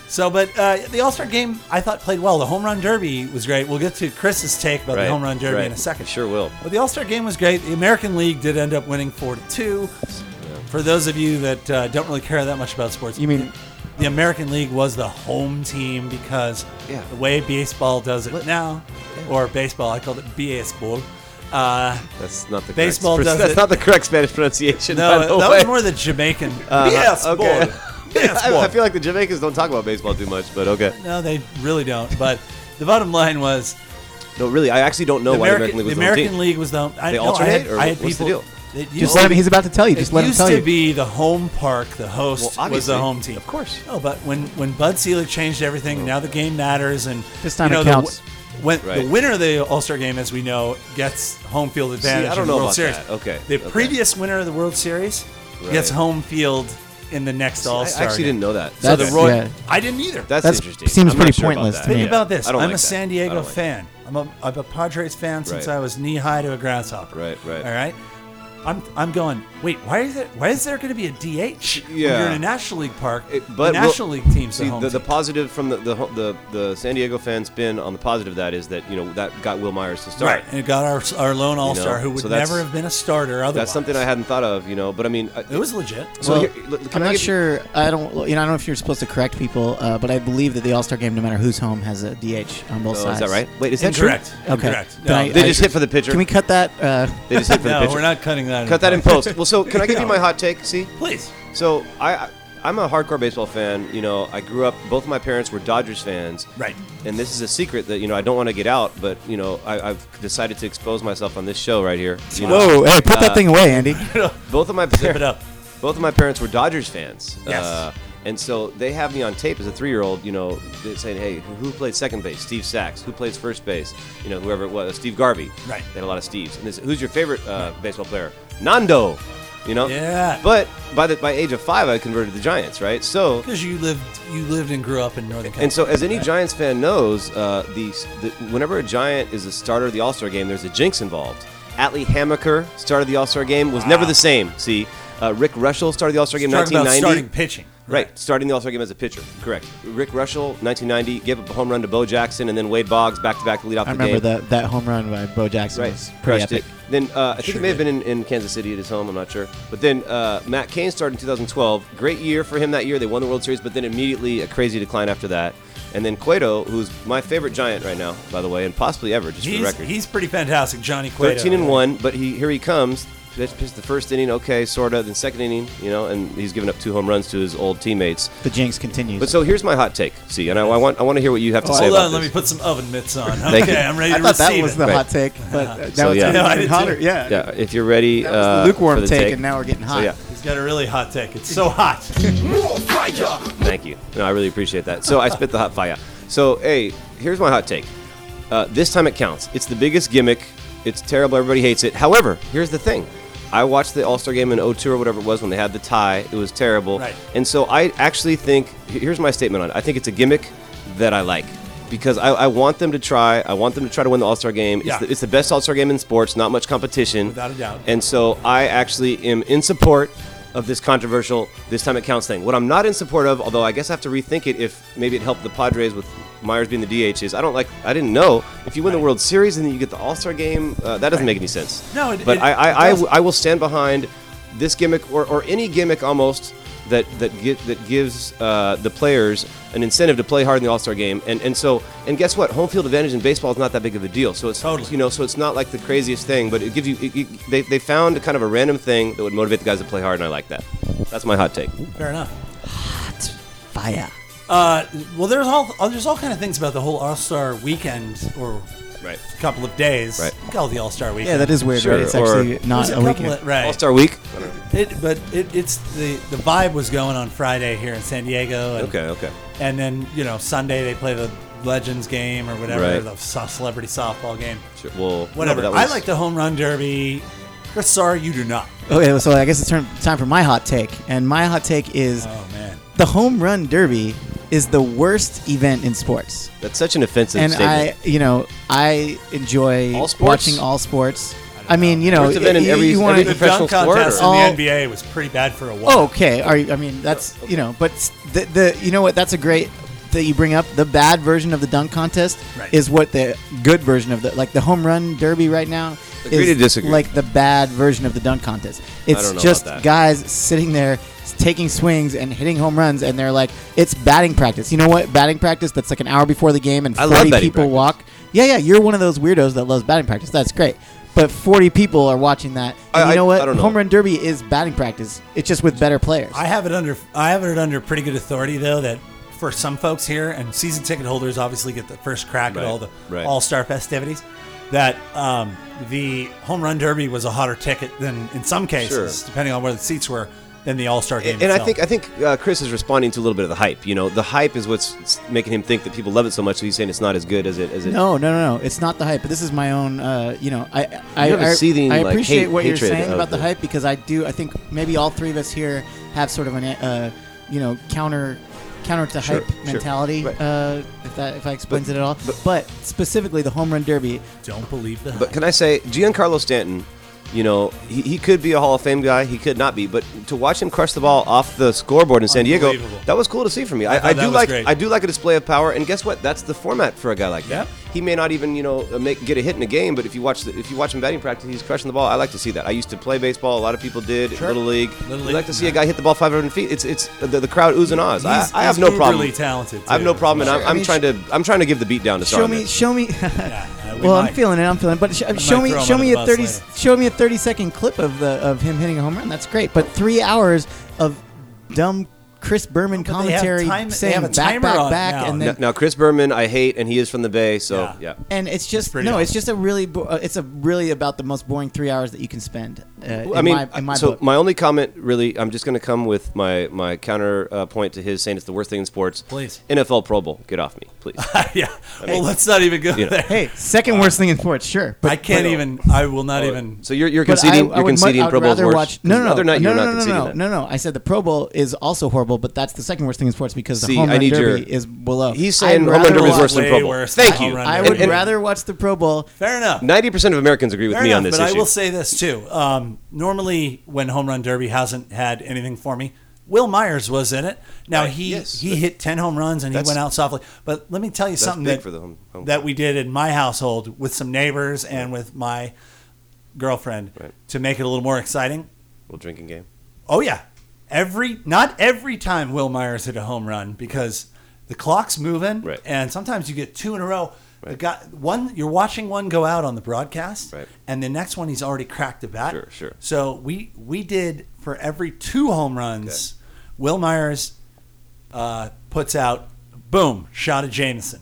C: So, but uh, the All Star game, I thought played well. The home run derby was great. We'll get to Chris's take about
E: Right,
C: the home run derby
E: right.
C: in a second.
E: Sure will.
C: But the All Star game was great. The American League did end up winning four to two. For those of you that uh, don't really care that much about sports,
F: You mean-
C: the American League was the home team because
E: Yeah.
C: the way baseball does it now, or baseball, I called it baseball. Uh,
E: That's not the
C: Baseball
E: correct,
C: does
E: That's
C: it.
E: not the correct Spanish pronunciation.
C: no,
E: by the
C: that
E: way.
C: was more the Jamaican.
E: Uh-huh,
C: baseball.
E: okay.
C: Baseball.
E: I, I feel like the Jamaicans don't talk about baseball too much, but okay.
C: No, they really don't. But the bottom line was
E: No, really, I actually don't know
C: the
E: why
C: American,
E: the American League was
C: the
E: the home
C: American League was the. I,
E: team. They
C: no, I
E: alternate,
C: had,
E: or
C: I had
E: what's the
C: people,
E: deal?
C: it
F: Just
C: used-
F: let him, he's about to tell you. Just
C: it
F: let him
C: used
F: tell
C: to
F: you.
C: be the home park. The host
E: Well,
C: was the
E: obviously.
C: home team,
E: Of course. Oh.
C: Oh, but when when Bud Selig changed everything, now the game matters, and
F: This time
C: you know,
F: it
C: the
F: counts.
C: w- when
E: Right.
C: the winner of the All Star game, as we know, gets home field advantage.
E: don't
C: in the
E: know
C: World
E: about
C: Series.
E: that. Okay,
C: The
E: okay.
C: previous winner of the World Series gets
E: Right.
C: home field in the next
E: I
C: All Star.
E: actually didn't know that.
C: So the
F: That's-
C: Roy,
F: yeah.
C: I didn't either.
E: That's,
F: That's-
E: interesting.
F: seems
E: I'm not
F: pretty
E: sure about
F: pointless
E: that.
F: to me.
C: Think
F: Yeah.
C: about this.
E: I
C: I'm
E: don't like
C: a
E: that.
C: San
E: I
C: Diego
E: don't like
C: fan. I'm a, I'm a Padres fan since
E: Right.
C: I was knee high to a grasshopper.
E: Right, right.
C: All right. I'm, I'm going. Wait, why is it? Why is there going to be a DH? when
E: Yeah.
C: you're in a National League park.
E: It-
C: the
E: we'll-
C: National League teams
E: See,
C: the home
E: the, the
C: team.
E: positive from the the, ho- the the San Diego fans been on the positive of that is that you know that got Will Myers to start.
C: right, and it got our our lone All Star who would
E: so that's-
C: never have been a starter otherwise.
E: That's something I hadn't thought of, you know. But I mean, I,
C: It was legit.
E: So
F: well,
E: here- l- can
F: I'm
E: I
F: not
E: give you-
F: sure. I don't. You know, I don't know if you're supposed to correct people, uh, but I believe that the All Star game, no matter who's home, has a DH on both
E: oh, is
F: sides.
E: that right? Wait, is that true?
C: Incorrect.
F: Okay.
C: Incorrect.
F: Then
C: No,
F: I-
E: They just hit for the pitcher.
F: Can we cut that? Uh,
E: They just hit for
C: no,
E: the pitcher.
C: we're not cutting that.
E: Cut that in
C: in
E: post. Well, so can I give you my hot take? See,
C: Please.
E: so I, I I'm a hardcore baseball fan. You know, I grew up. Both my parents were Dodgers fans.
C: Right.
E: And this is a secret that you know I don't want to get out, but you know I, I've decided to expose myself on this show right here. You know,
F: whoa! Hey, put that thing away, Andy.
E: both of my
C: Zip it
E: parents.
C: up.
E: Both of my parents were Dodgers fans. Uh,
C: Yes.
E: and so they have me on tape as a three-year-old, you know, they- saying, "Hey, who played second base? Steve Sachs. Who plays first base? You know, whoever it was. Steve Garvey.
C: Right.
E: They had a lot of Steves. And this, who's your favorite uh, baseball player? Nando. You know.
C: Yeah.
E: But by the by, age of five, I converted to the Giants, right? So
C: Because you lived you lived and grew up in Northern California.
E: and so, as any Giants fan knows, uh, the, the whenever a Giant is a starter of the All Star game, there's a jinx involved. Atlee Hamaker started the All Star game, was never the same. See, uh, Rick Rushell started the All Star game in
C: Talking about
E: 1990.
C: starting pitching.
E: Right, starting the All Star game as a pitcher. Correct. Rick Rushell, 1990, gave up a home run to Bo Jackson, and then Wade Boggs back to back to lead off
F: I
E: the
F: remember
E: game.
F: that that home run by Bo Jackson
E: Right,
F: was pretty
E: crushed it.
F: epic.
E: Then uh, I think it may have been in, in Kansas City at his home. I'm not sure. But then uh, Matt Cain started in 2012. Great year for him that year. They won the World Series, but then immediately a crazy decline after that. And then Cueto, who's my favorite Giant right now, by the way, and possibly ever, just for the
C: He's,
E: record.
C: he's pretty fantastic, Johnny Cueto.
E: 13 and one, but he here he comes. Pitched pitched the first inning, okay, sorta. Then second inning, you know, and he's given up two home runs to his old teammates.
F: The jinx continues.
E: But so here's my hot take, see, and I, I want I want to hear what you have to say
C: Hold
E: about
C: on, let me
E: this.
C: put some oven mitts on. Okay,
E: Thank you.
C: I'm ready
F: I
C: to
F: thought that
C: receive
F: was
C: it.
F: the
E: Right.
F: hot take, but uh, now
E: So,
F: it's
E: yeah.
F: getting
C: No, I
F: even
C: did
F: hotter.
C: too.
F: Yeah,
E: yeah, if you're ready,
F: that was
E: uh,
F: the
E: for
F: lukewarm
E: the
F: take,
E: take.
F: and now we're getting
E: so
F: hot.
E: yeah.
C: He's got a really hot take. It's so hot.
E: Thank you. No, I really appreciate that. So I spit the hot fire. So hey, here's my hot take. Uh, this time it counts. It's the biggest gimmick. It's terrible. Everybody hates it. However, here's the thing. I watched the All Star game in 02 or whatever it was when they had the tie. It was terrible.
C: Right.
E: And so I actually think here's my statement on it. I think it's a gimmick that I like because I, I want them to try. I want them to try to win the All Star game.
C: Yeah.
E: It's, the, it's the best All Star game in sports. Not much competition.
C: Without a doubt.
E: And so I actually am in support of this controversial this time it counts thing. What I'm not in support of, although I guess I have to rethink it if maybe it helped the Padres with Myers being the DH, is I don't like, I didn't know. If you win the World Series and then you get the All Star game, uh, that doesn't make any sense.
C: No, it-
E: But
C: it-
E: I, I,
C: it
E: I,
C: doesn't.
E: w- I will stand behind this gimmick or, or any gimmick almost. That, that, gi- that gives uh, the players an incentive to play hard in the All Star game, and and so and guess what? Home field advantage in baseball is not that big of a deal. So it's
C: Totally.
E: you know, so it's not like the craziest thing, but it gives you. It, it- they, they found kind of a random thing that would motivate the guys to play hard, and I like that. That's my hot take.
C: Fair enough.
F: Fire.
C: Uh, well, there's all uh, there's all kind of things about the whole All Star weekend or
E: Right.
C: couple of days.
E: Right.
C: We Call it the All Star weekend.
F: Yeah, that is weird.
E: Sure,
F: right? It's
E: or-
F: actually not
C: There's
F: a
C: couple
F: weekend.
C: of- right.
E: All Star Week.
C: It, but it, it's the the vibe was going on Friday here in San Diego. And,
E: Okay, okay.
C: And then you know Sunday they play the Legends game or whatever
E: Right.
C: the so- celebrity softball game.
E: Sure. Well,
C: Whatever.
E: no, but
C: I
E: that was-
C: like the home run derby. Chris, sorry you do not.
F: Okay, so I guess it's turn, time for my hot take, and my hot take is
C: Oh man.
F: the home run derby is the worst event in sports.
E: That's such an offensive
F: and
E: statement.
F: I, you know, I enjoy
E: All sports?
F: watching all sports. I, mean, you know,
E: Worst event in
F: you,
E: every-
F: you wanna-
E: every
C: The
E: Professional
C: dunk contest
E: sport,
F: or-
C: in the NBA was pretty bad for a while.
F: Oh, okay. Are you, I mean, that's you know, but s- the the you know what? That's a great that you bring up. The bad version of the dunk contest
C: Right.
F: is what the good version of the like the home run derby right now.
E: Agree
F: is
E: to disagree.
F: Like the bad version of the dunk contest. It's
E: don't know
F: just
E: about that.
F: guys sitting there s- taking swings and hitting home runs, and they're like, it's batting practice. You know what? Batting practice. That's like an hour before the game, and
E: I love
F: forty people
E: batting practice.
F: walk. Yeah, yeah. You're one of those weirdos that loves batting practice. That's great. But 40 people are watching that.
E: I-
F: And
E: I-
F: you know what?
E: I don't know.
F: Home run derby is batting practice. It's just with better players.
C: I have it under I have it under pretty good authority though that for some folks here and season ticket holders obviously get the first crack
E: Right,
C: at all the
E: right.
C: All Star festivities. That um, the home run derby was a hotter ticket than in some cases,
E: Sure.
C: depending on where the seats were, than the All Star game.
E: and I
C: itself.
E: think I think uh, Chris is responding to a little bit of the hype. You know, the hype is what's s- making him think that people love it so much. So he's saying it's not as good as it as it.
F: No, no, no, no. It's not the hype. But this is my own. Uh, you know, I, I,
E: have a
F: I,
E: seething,
F: I
E: like,
F: appreciate
E: hate-
F: what you're
E: hatred
F: saying
E: of
F: about the,
E: the-
F: hype because I do. I think maybe all three of us here have sort of an, uh, you know, counter, counter to
E: Sure,
F: hype
E: sure.
F: mentality.
E: Right.
F: Uh, if that if I explains it at all. But, specifically the home run derby.
C: don't believe the hype.
E: But can I say Giancarlo Stanton? You know, he, he could be a Hall of Fame guy. He could not be. But to watch him crush the ball off the scoreboard in San Diego,
C: Unbelievable.
E: that was cool to see for me. I, I,
C: thought that
E: do
C: was
E: like
C: great.
E: I do like a display of power. And guess what? That's the format for a guy like that.
C: Yeah.
E: He may not even you know make get a hit in a game, but if you watch the, if you watch him batting practice, he's crushing the ball. I like to see that. I used to play baseball. A lot of people did.
C: Sure.
E: Little league.
C: Little
E: You
C: league.
E: like to see a guy hit the ball 500 feet. It's it's the, the crowd oohs and ahs. I,
C: He's-
E: I have
C: he's
E: no problem.
C: uberly talented,
E: I have
C: too.
E: no problem, and I'm,
F: Sure, I
E: I'm
F: mean,
E: trying to I'm trying to give the beat down to
F: Show
E: Starman.
F: me, show me.
C: Uh, we
F: well, I'm
C: might.
F: feeling it. I'm feeling. It. But sh- show me,
C: throw him
F: show
C: under the
F: me a
C: bus
F: thirty,
C: later.
F: show me a thirty second clip of the of him hitting a home run. That's great. But three hours of dumb Chris Berman
C: but they have
F: commentary
C: time- they
F: saying
C: have a
F: back,
C: timer
F: back,
C: on
F: back,
C: now.
F: and then
E: Now, now Chris Berman, I hate, and he is from the Bay, so
C: Yeah.
E: yeah.
F: and it's just
C: pretty
F: no,
C: awesome.
F: it's just a really, bo- uh, it's a really about the most boring three hours that you can spend. Uh, in
E: I mean,
F: my, in my
E: so
F: book.
E: my only comment, really, I'm just going to come with my my counter uh, point to his saying it's the worst thing in sports.
C: Please.
E: NFL Pro Bowl, get off me, please.
C: yeah. Well, let's not even go
E: You know.
C: there.
F: hey, second worst thing in sports, sure, but
C: I can't
E: but-
C: even. I will not even.
E: so you're you're
F: but
E: conceding
F: I, I
E: you're
F: would mu-
E: conceding
F: I would
E: Pro Bowl's
F: rather
E: worse.
F: watch. No, no, no,
E: Whether or not
F: no,
E: you're
F: no,
E: not
F: no,
E: conceding
F: no,
E: that.
F: no, no. I said the Pro Bowl is also horrible, but that's the second worst thing in sports because the
E: See,
F: home
E: I
F: run
E: need
F: derby
E: your-
F: is below.
E: He's
F: I'd
E: saying home
F: rather
E: run derby is
F: watch-
E: worse than
C: way
E: Pro Bowl.
C: worse
E: Thank
C: than
E: you.
C: home run
F: I
C: derby.
F: would
E: And- and
F: rather watch the Pro Bowl.
C: Fair enough.
E: Ninety percent of Americans agree with
C: Fair
E: me
C: enough,
E: on this
C: but
E: issue.
C: I will say this too. Um, normally, when home run derby hasn't had anything for me, Will Myers was in it. Now he
E: Uh, yes.
C: he hit ten home runs and he
E: That's-
C: went out softly. But let me tell you something
E: big
C: that
E: for the home- home
C: that
E: run.
C: we did in my household with some neighbors and with my girlfriend
E: Right.
C: to make it a little more exciting.
E: Little drinking game.
C: Oh yeah, every not every time Will Myers hit a home run because the clock's moving,
E: Right.
C: and sometimes you get two in a row. The
E: Right.
C: guy, one you're watching one go out on the broadcast,
E: Right.
C: and the next one he's already cracked the bat.
E: Sure, sure.
C: So we we did for every two home runs, Will Myers uh, puts out boom shot at Jameson,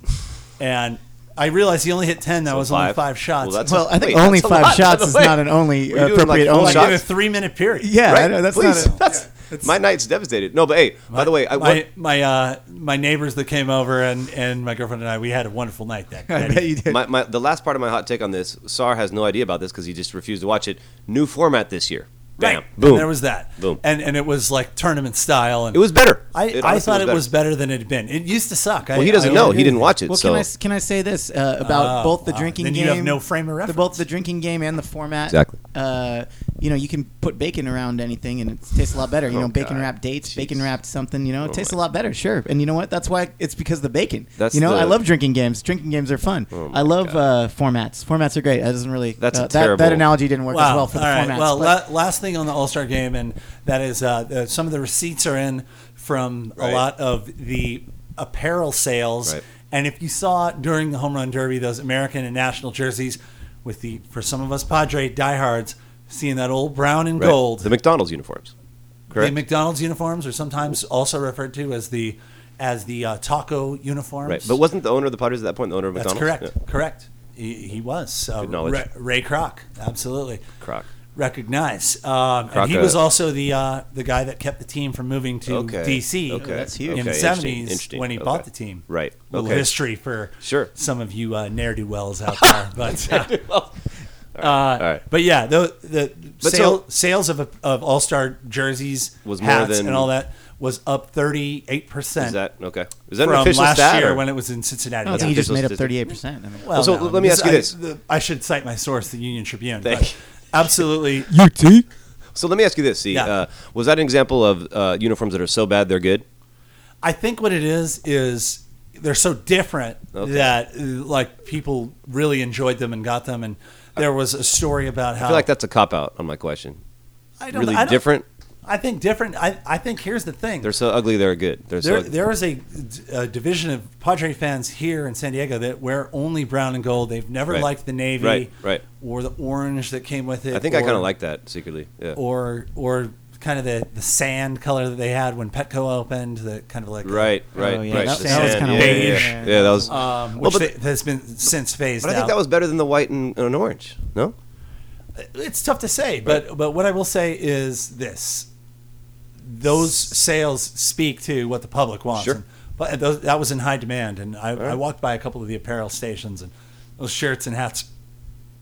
C: and I realized he only hit ten. That was only
E: five?
C: five shots.
E: Well, that's-
F: Well, I think
E: Wait,
F: only
E: that's a
F: five
E: lot, by
F: shots
E: the
F: is
E: way.
F: not an only
E: Were you doing,
F: appropriate
E: like, four
F: only.
C: like in a
E: shots?
C: three minute period.
F: Yeah, I
E: Right?
F: know, that's
E: Please,
F: not. A,
E: that's- my night's devastated. No, but hey, by the way,
C: my
E: I, what,
C: my uh, my neighbors that came over and, and my girlfriend and I we had a wonderful night that
F: I
C: that
F: bet
C: evening.
F: you did.
E: my, my, the last part of my hot take on this, Sar has no idea about this because he just refused to watch it. New format this year. Bam.
C: Right.
E: Boom.
C: And there was that.
E: Boom.
C: And and it was like tournament style and
E: it was better.
C: I,
E: It
C: I
E: honestly
C: thought it
E: better.
C: was better than it had been. It used to suck. I,
E: Well, he doesn't
C: I
E: know.
C: agree
E: He didn't
C: with
E: watch it.
F: Well,
E: so
F: can I s- can I say this uh, about
C: Oh,
F: both the
C: wow.
F: drinking
C: Then you
F: game?
C: have no frame of
F: the-
C: reference.
F: both the drinking game and the format.
E: Exactly.
F: Uh, you know, you can put bacon around anything, and it tastes a lot better. You
E: Oh,
F: know, bacon
E: God.
F: wrapped dates,
E: Jeez.
F: bacon wrapped something. You know, it
E: Oh,
F: tastes a
E: my-
F: lot better. Sure. And you know what? That's why it's because the bacon.
E: That's
F: you know,
E: the- Oh,
F: I love drinking games. Drinking games are fun. I love uh, formats. Formats are great. That doesn't really.
E: That's a
F: uh, that, that
E: terrible-
F: analogy didn't work as well for the
C: All right.
F: formats.
C: Well,
F: but-
C: la- last thing on the All Star game, and that is uh, the, some of the receipts are in from
E: Right.
C: a lot of the apparel sales.
E: Right.
C: And if you saw during the home run derby, those American and national jerseys with the, for some of us Padre diehards, seeing that old brown and
E: Right.
C: gold,
E: The McDonald's uniforms.
C: the
E: Correct.
C: McDonald's uniforms are sometimes also referred to as the as the uh, taco uniforms.
E: right. But wasn't the owner of the Padres at that point the owner of
C: That's
E: McDonald's?
C: correct. Correct. He, he was uh,
E: Good knowledge.
C: Ray, Ray Kroc, absolutely.
E: Kroc.
C: recognize. Um, and he
E: Croca-
C: was also the uh, the guy that kept the team from moving to
E: Okay.
C: DC.
E: Okay. Oh, that's huge.
C: In the
E: Okay, interesting,
C: seventies
E: interesting.
C: when he
E: Okay.
C: bought the team.
E: Right.
C: Little
E: Okay.
C: history for
E: Sure.
C: some of you uh, ne'er do wells out there, but. uh, uh,
E: right.
C: But yeah, the the
E: But
C: sale,
E: so-
C: sales of of All Star jerseys,
E: Was more
C: hats,
E: than-
C: and all that was up thirty eight percent
E: Is that okay? Is that an
C: from
E: official
C: last
E: stat?
C: year
E: or-
C: when it was in Cincinnati.
F: I think you just
E: official
F: made up
E: statistic.
F: thirty-eight percent. I mean,
C: Well,
E: So, let me ask you this.
C: I, the- I should cite my source, the Union Tribune.
E: Thank
C: but
E: you.
C: Absolutely.
E: so let me ask you this. See,
C: Yeah.
E: uh, was that an example of uh, uniforms that are so bad they're good?
C: I think what it is is they're so different
E: Okay.
C: that uh, like people really enjoyed them and got them. And there was a story about how
F: Uh,
E: I feel like that's a cop out on my question.
C: I don't-
E: Really
C: I don't-
E: different.
C: I think different. I, I think here's the thing.
E: They're so ugly. They're good. They're
C: there,
E: so.
C: there is a, a division of Padre fans here in San Diego that wear only brown and gold. They've never
E: Right.
C: liked the navy,
E: Right, right.
C: or the orange that came with it.
E: I think I
C: or-
E: kind of like that secretly. Yeah.
F: Oh,
C: or or kind of the, the sand color that they had when Petco opened, the kind of like uh,
E: Right, right,
F: Oh, yeah,
E: right.
F: that
E: The
F: was- that was
E: sand,
F: kinda
E: yeah,
C: weird.
E: Yeah, yeah. Yeah, that was.
C: um,
E: Well,
C: which
E: but-
C: they- has been since phased
E: but I
C: out.
E: think that was better than the white and, and orange. No,
C: it's tough to say, but but what I will say is this: those sales speak to what the public wants.
E: Sure.
C: And- But those, that was in high demand, and I, I
E: right.
C: walked by a couple of the apparel stations, and those shirts and hats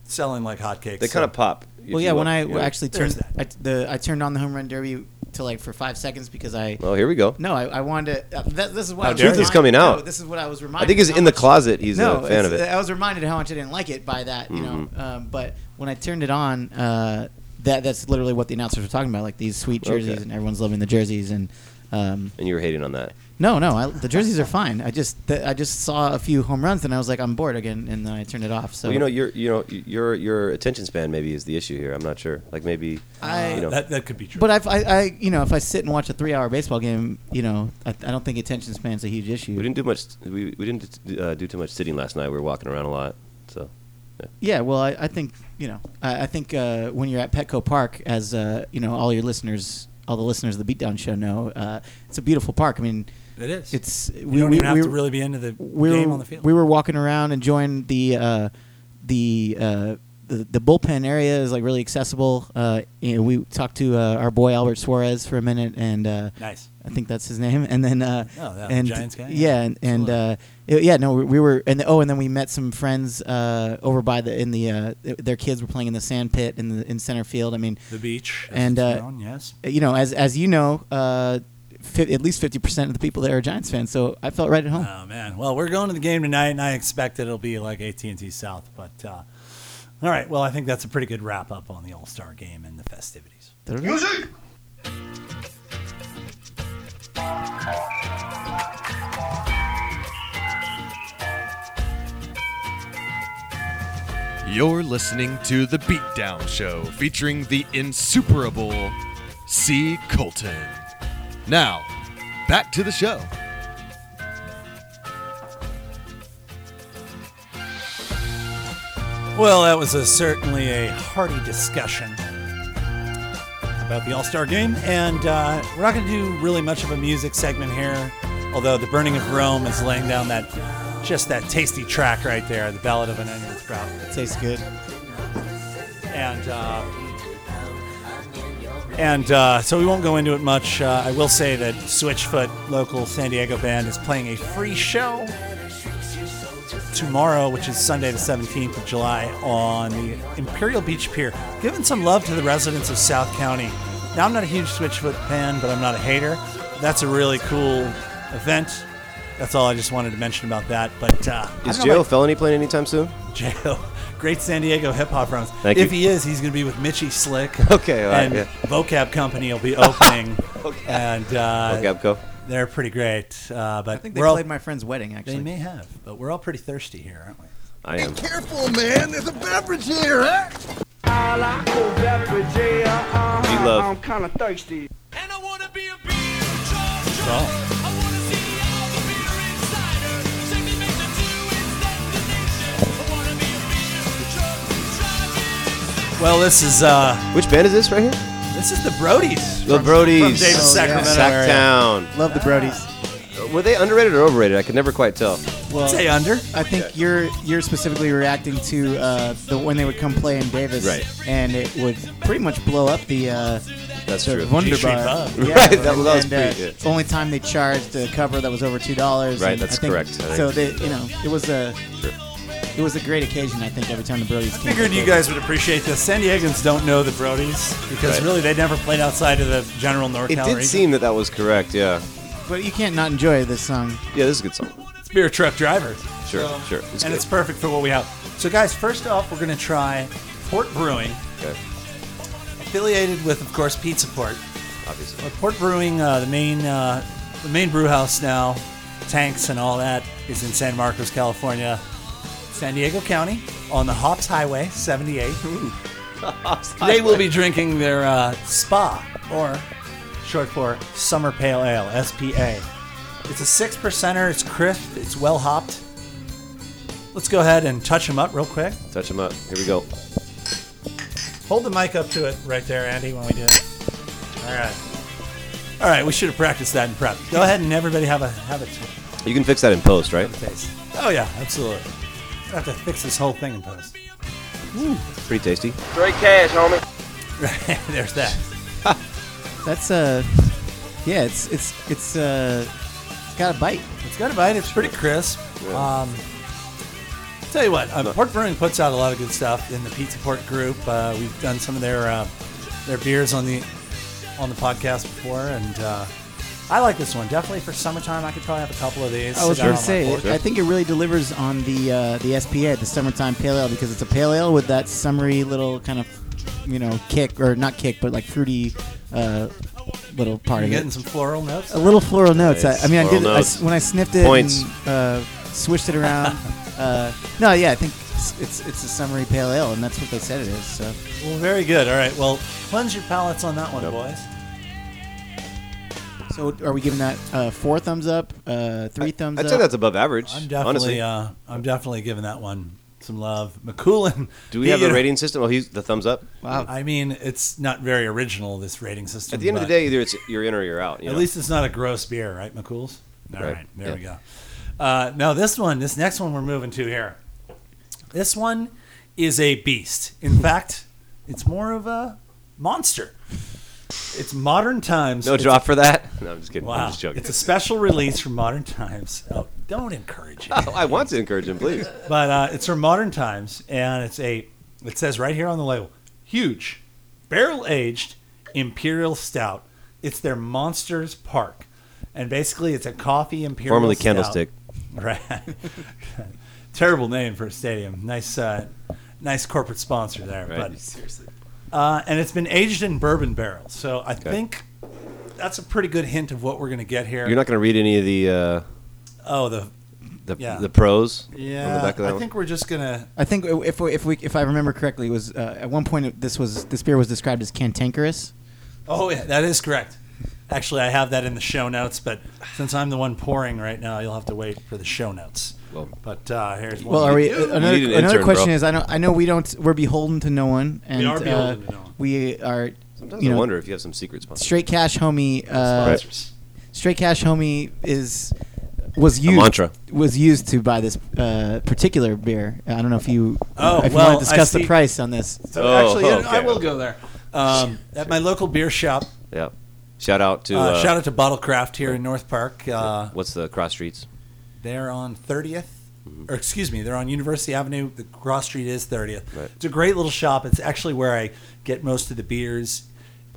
C: selling like hotcakes.
E: they kind of pop. if
F: Well, yeah.
E: you
F: When
E: look,
F: I
E: you know.
F: actually
C: There's
F: turned I, the I turned on the home run derby to like for five seconds because I
E: Well, here we go.
F: no I, I wanted to. Uh, that, this is why
C: How
F: I was
C: dare you. Truth
E: is coming
F: reminded-
E: out.
F: No, this is what I was reminded.
E: I think he's
F: how
E: in the
F: much-
E: closet. He's
F: no,
E: a fan of
F: it's-
E: it. Mm-hmm.
F: I was reminded how much I didn't like it by that. You know, um, but when I turned it on, uh, that that's literally what the announcers were talking about. Like these sweet jerseys,
E: Okay.
F: and everyone's loving the jerseys and. Um,
E: And you were hating on that.
F: No, no, I, the jerseys are fine. I just th- I just saw a few home runs and I was like, I'm bored again, and then I turned it off. So
E: Well, you know, your you know your your attention span maybe is the issue here. I'm not sure. Like maybe
F: I-
E: you know
C: that, that could be true.
F: but I've, I, I, you know, if I sit and watch a three-hour baseball game, you know, I, I don't think attention span's a huge
E: we
F: issue.
E: didn't do much. We, we didn't uh, do too much sitting last night. We were walking around a lot. So
F: Yeah, well, I, I think you know, I, I think uh, when you're at Petco Park, as uh, you know, all your listeners, all the listeners of the Beatdown Show know, uh, it's a beautiful park. I mean,
C: it is.
F: it's
C: you don't even have to really be into the
F: we
C: game
F: were,
C: on the field.
F: We were walking around enjoying the uh, the, uh, the the bullpen area is like really accessible. Uh, you know, we talked to uh, our boy Albert Suarez for a minute, and uh,
C: Nice.
F: I think that's his name. And then uh,
C: Oh, yeah, the
F: and
C: Giants guy, yeah.
F: yeah, and, and uh, it- yeah, no, we, we were and oh, and then we met some friends uh, over by the in the uh, th- their kids were playing in the sand pit in the in center field. I mean,
C: the beach as
F: and,
C: it's
F: uh,
C: known, yes.
F: you know, as as you know. Uh, Fi- at least 50% of the people there are Giants fans, so I felt right at home.
C: Oh man! Well, we're going to the game tonight, and I expect it'll be like AT and T South. But uh, all right, well, I think that's a pretty good wrap up on the All Star game and the festivities.
G: Music!
A: You're listening to The Beatdown Show featuring the insuperable C. Colton. Now, back to the show.
C: Well, that was a, certainly a hearty discussion about the All Star game, and uh, we're not going to do really much of a music segment here. Although the Burning of Rome is laying down that just that tasty track right there, the Ballad of an Onion Sprout,
F: Tastes good.
C: and. Uh, and uh, so we won't go into it much. Uh, I will say that Switchfoot, local San Diego band, is playing a free show tomorrow, which is Sunday the 17th of July, on the Imperial Beach Pier. Giving some love to the residents of South County. Now, I'm not a huge Switchfoot fan, but I'm not a hater. That's a really cool event. That's all I just wanted to mention about that. But uh, I
E: is
C: don't know,
E: Joe Felony playing anytime soon?
C: J.O. Great San Diego hip hop rounds.
E: Thank
C: if
E: you.
C: he is, he's going to be with Mitchy Slick.
E: Okay, all right,
C: and
E: yeah.
C: Vocab Company will be opening. And uh,
E: Gabco.
C: they're pretty great. Uh, but
F: I think they
C: we're all-
F: played my friend's wedding actually.
C: They may have, but we're all pretty thirsty here, aren't we?
E: I am.
H: Careful, man. There's a beverage here, huh?
E: We love.
B: And I wanna be a beer jug. I wanna see all the beer insider. Shake me, make me do it's destination. I wanna be a beer jug.
C: Well, this is uh,
E: Which band is this right here?
C: this is the Brodies.
E: The
C: from-
E: Brodies. Oh,
C: from Davis, Sacramento area.
E: Sacktown.
F: Love the Brodies.
E: were they underrated or overrated? I could never quite tell.
F: Well,
C: Say under.
F: I think you're you're specifically reacting to uh, the when they would come play in Davis,
E: Right.
F: And it would pretty much blow up the uh,
E: That's
F: the
E: true.
C: G-Street
F: Wunderbar.
C: Pub.
F: Yeah,
E: Right, that- that was
F: and,
E: pretty- yeah.
F: uh, Only time they charged a cover that was over two dollars.
E: Right, that's correct, I think.
F: So they, you know, it was a it was a great occasion. I think every time the Brodies came.
C: Figured
F: to
C: you
F: Davis.
C: guys would appreciate this. San Diegans don't know the Brodies because
E: Right.
C: really they never played outside of the general NorCal
E: It did
C: region.
E: seem that that was correct. Yeah,
F: but you can't not enjoy this song.
E: yeah, this is a good song.
C: it's beer truck driver,
E: Sure, sure. It's
C: and
E: good.
C: it's perfect for what we have. So, guys, first off, we're gonna try Port Brewing,
E: Okay,
C: affiliated with, of course, Pizza Port.
E: obviously.
C: But Port Brewing, uh, the main uh, the main brew house now, tanks and all that is in San Marcos, California, San Diego County, on the Hops Highway 78. Today we'll be drinking their uh, Spa, or short for Summer Pale Ale (SPA). It's a six percenter. It's crisp. It's well hopped. Let's go ahead and touch them up real quick.
E: Touch them up. Here we go.
C: Hold the mic up to it right there, Andy, when we do it. All right. All right, we should have practiced that in prep. Go ahead and everybody have a have a t-
E: You can fix that in post, right?
C: taste. Oh yeah, absolutely. I have to fix this whole thing in post.
E: Pretty tasty.
D: Straight cash, homie.
C: Right, there's that.
F: That's uh, yeah, it's it's it's uh, it's got a bite.
C: It's got a bite. It's pretty crisp.
E: Yeah.
C: Um, tell you what, uh, Port Brewing puts out a lot of good stuff in the Pizza Port group. Uh, we've done some of their uh, their beers on the on the podcast before, and uh, I like this one definitely for summertime. I could probably have a couple of these.
F: I was
C: sit down
F: going to
C: on my
F: say,
C: porch.
F: it- I think it really delivers on the uh, the SPA, the summertime pale ale, because it's a pale ale with that summery little kind of, you know, kick or not kick, but like fruity uh, little part
C: You're
F: of
C: getting
F: it.
C: some floral notes.
F: A little floral notes.
E: Nice.
F: I, I mean, I
E: Floral
F: did I s
E: notes.
F: when I sniffed it
E: Points.
F: and uh, swished it around. uh, no, yeah, I think it's, it's it's a summery pale ale, and that's what they said it is. So
C: Well, very good. All right. Well, cleanse your palates on that one,
E: Yep.
C: boys.
F: so are we giving that uh, four thumbs up, uh, three thumbs
E: I'd
F: up?
E: say that's above average.
C: I'm definitely,
E: honestly.
C: uh, I'm definitely giving that one some love. McCoolin.
E: Do we
C: the-
E: have a rating system? Oh, he's the thumbs up.
F: wow.
C: I mean, it's not very original. This rating system.
E: At the end of the
C: but
E: day, either it's you're in or you're out. You
C: at
E: know?
C: least it's not a gross beer, right, McCool's? All right.
E: Right.
C: There we
E: Yeah.
C: go. Uh, now this one, this next one, we're moving to here. This one is a beast. In fact, it's more of a monster. It's modern times.
E: no
C: It's
E: drop for that. No, I'm just kidding.
C: Wow.
E: I'm just joking.
C: It's a special release from Modern Times. Oh, don't encourage it.
E: Oh, I want to encourage him, please.
C: But uh, it's from Modern Times, and it's a. It says right here on the label, huge, barrel aged imperial stout. It's their Monsters Park, and basically it's a coffee imperial.
E: Formerly
C: stout.
E: Candlestick.
C: Right. Terrible name for a stadium. Nice, uh, nice corporate sponsor there.
E: Right.
C: But uh, and it's been aged in bourbon barrels, so I think that's a pretty good hint of what we're going to get here.
E: You're not going to read any of the uh,
C: oh, the
E: the,
C: Yeah.
E: the pros on
C: yeah.
E: the back of that
C: I
E: one.
C: think we're just gonna.
F: I think if we, if we if I remember correctly, it was uh, at one point it- this was this beer was described as cantankerous.
C: Oh, yeah, that is correct. Actually, I have that in the show notes, but since I'm the one pouring right now, you'll have to wait for the show notes.
E: Well-
C: but uh, here's one.
F: Well, are we?
E: need- we
F: another
E: need an
F: another
E: intern,
F: question
E: bro.
F: is I don't I know we don't we're beholden to no one and
C: are
F: uh,
C: beholden to no one.
F: we are.
E: Sometimes
F: you
E: I
F: know,
E: wonder if you have some secret sponsor.
F: Straight cash homie. Uh,
E: Right.
F: Straight cash homie is was used
E: mantra.
F: was used to buy this uh, particular beer. I don't know if you
C: Oh,
F: if you
C: well, I
F: want to discuss the
C: see.
F: price on this.
C: So
E: Oh,
C: actually, you know, I
E: okay.
C: will go there. Um, at my local beer shop,
E: Yeah. Shout out to
C: uh,
E: uh,
C: shout out to Bottlecraft here in North Park. Uh,
E: what's the cross streets?
C: They're on 30th,
E: Mm-hmm.
C: or excuse me, they're on University Avenue. The cross street is 30th.
E: Right.
C: It's a great little shop. It's actually where I get most of the beers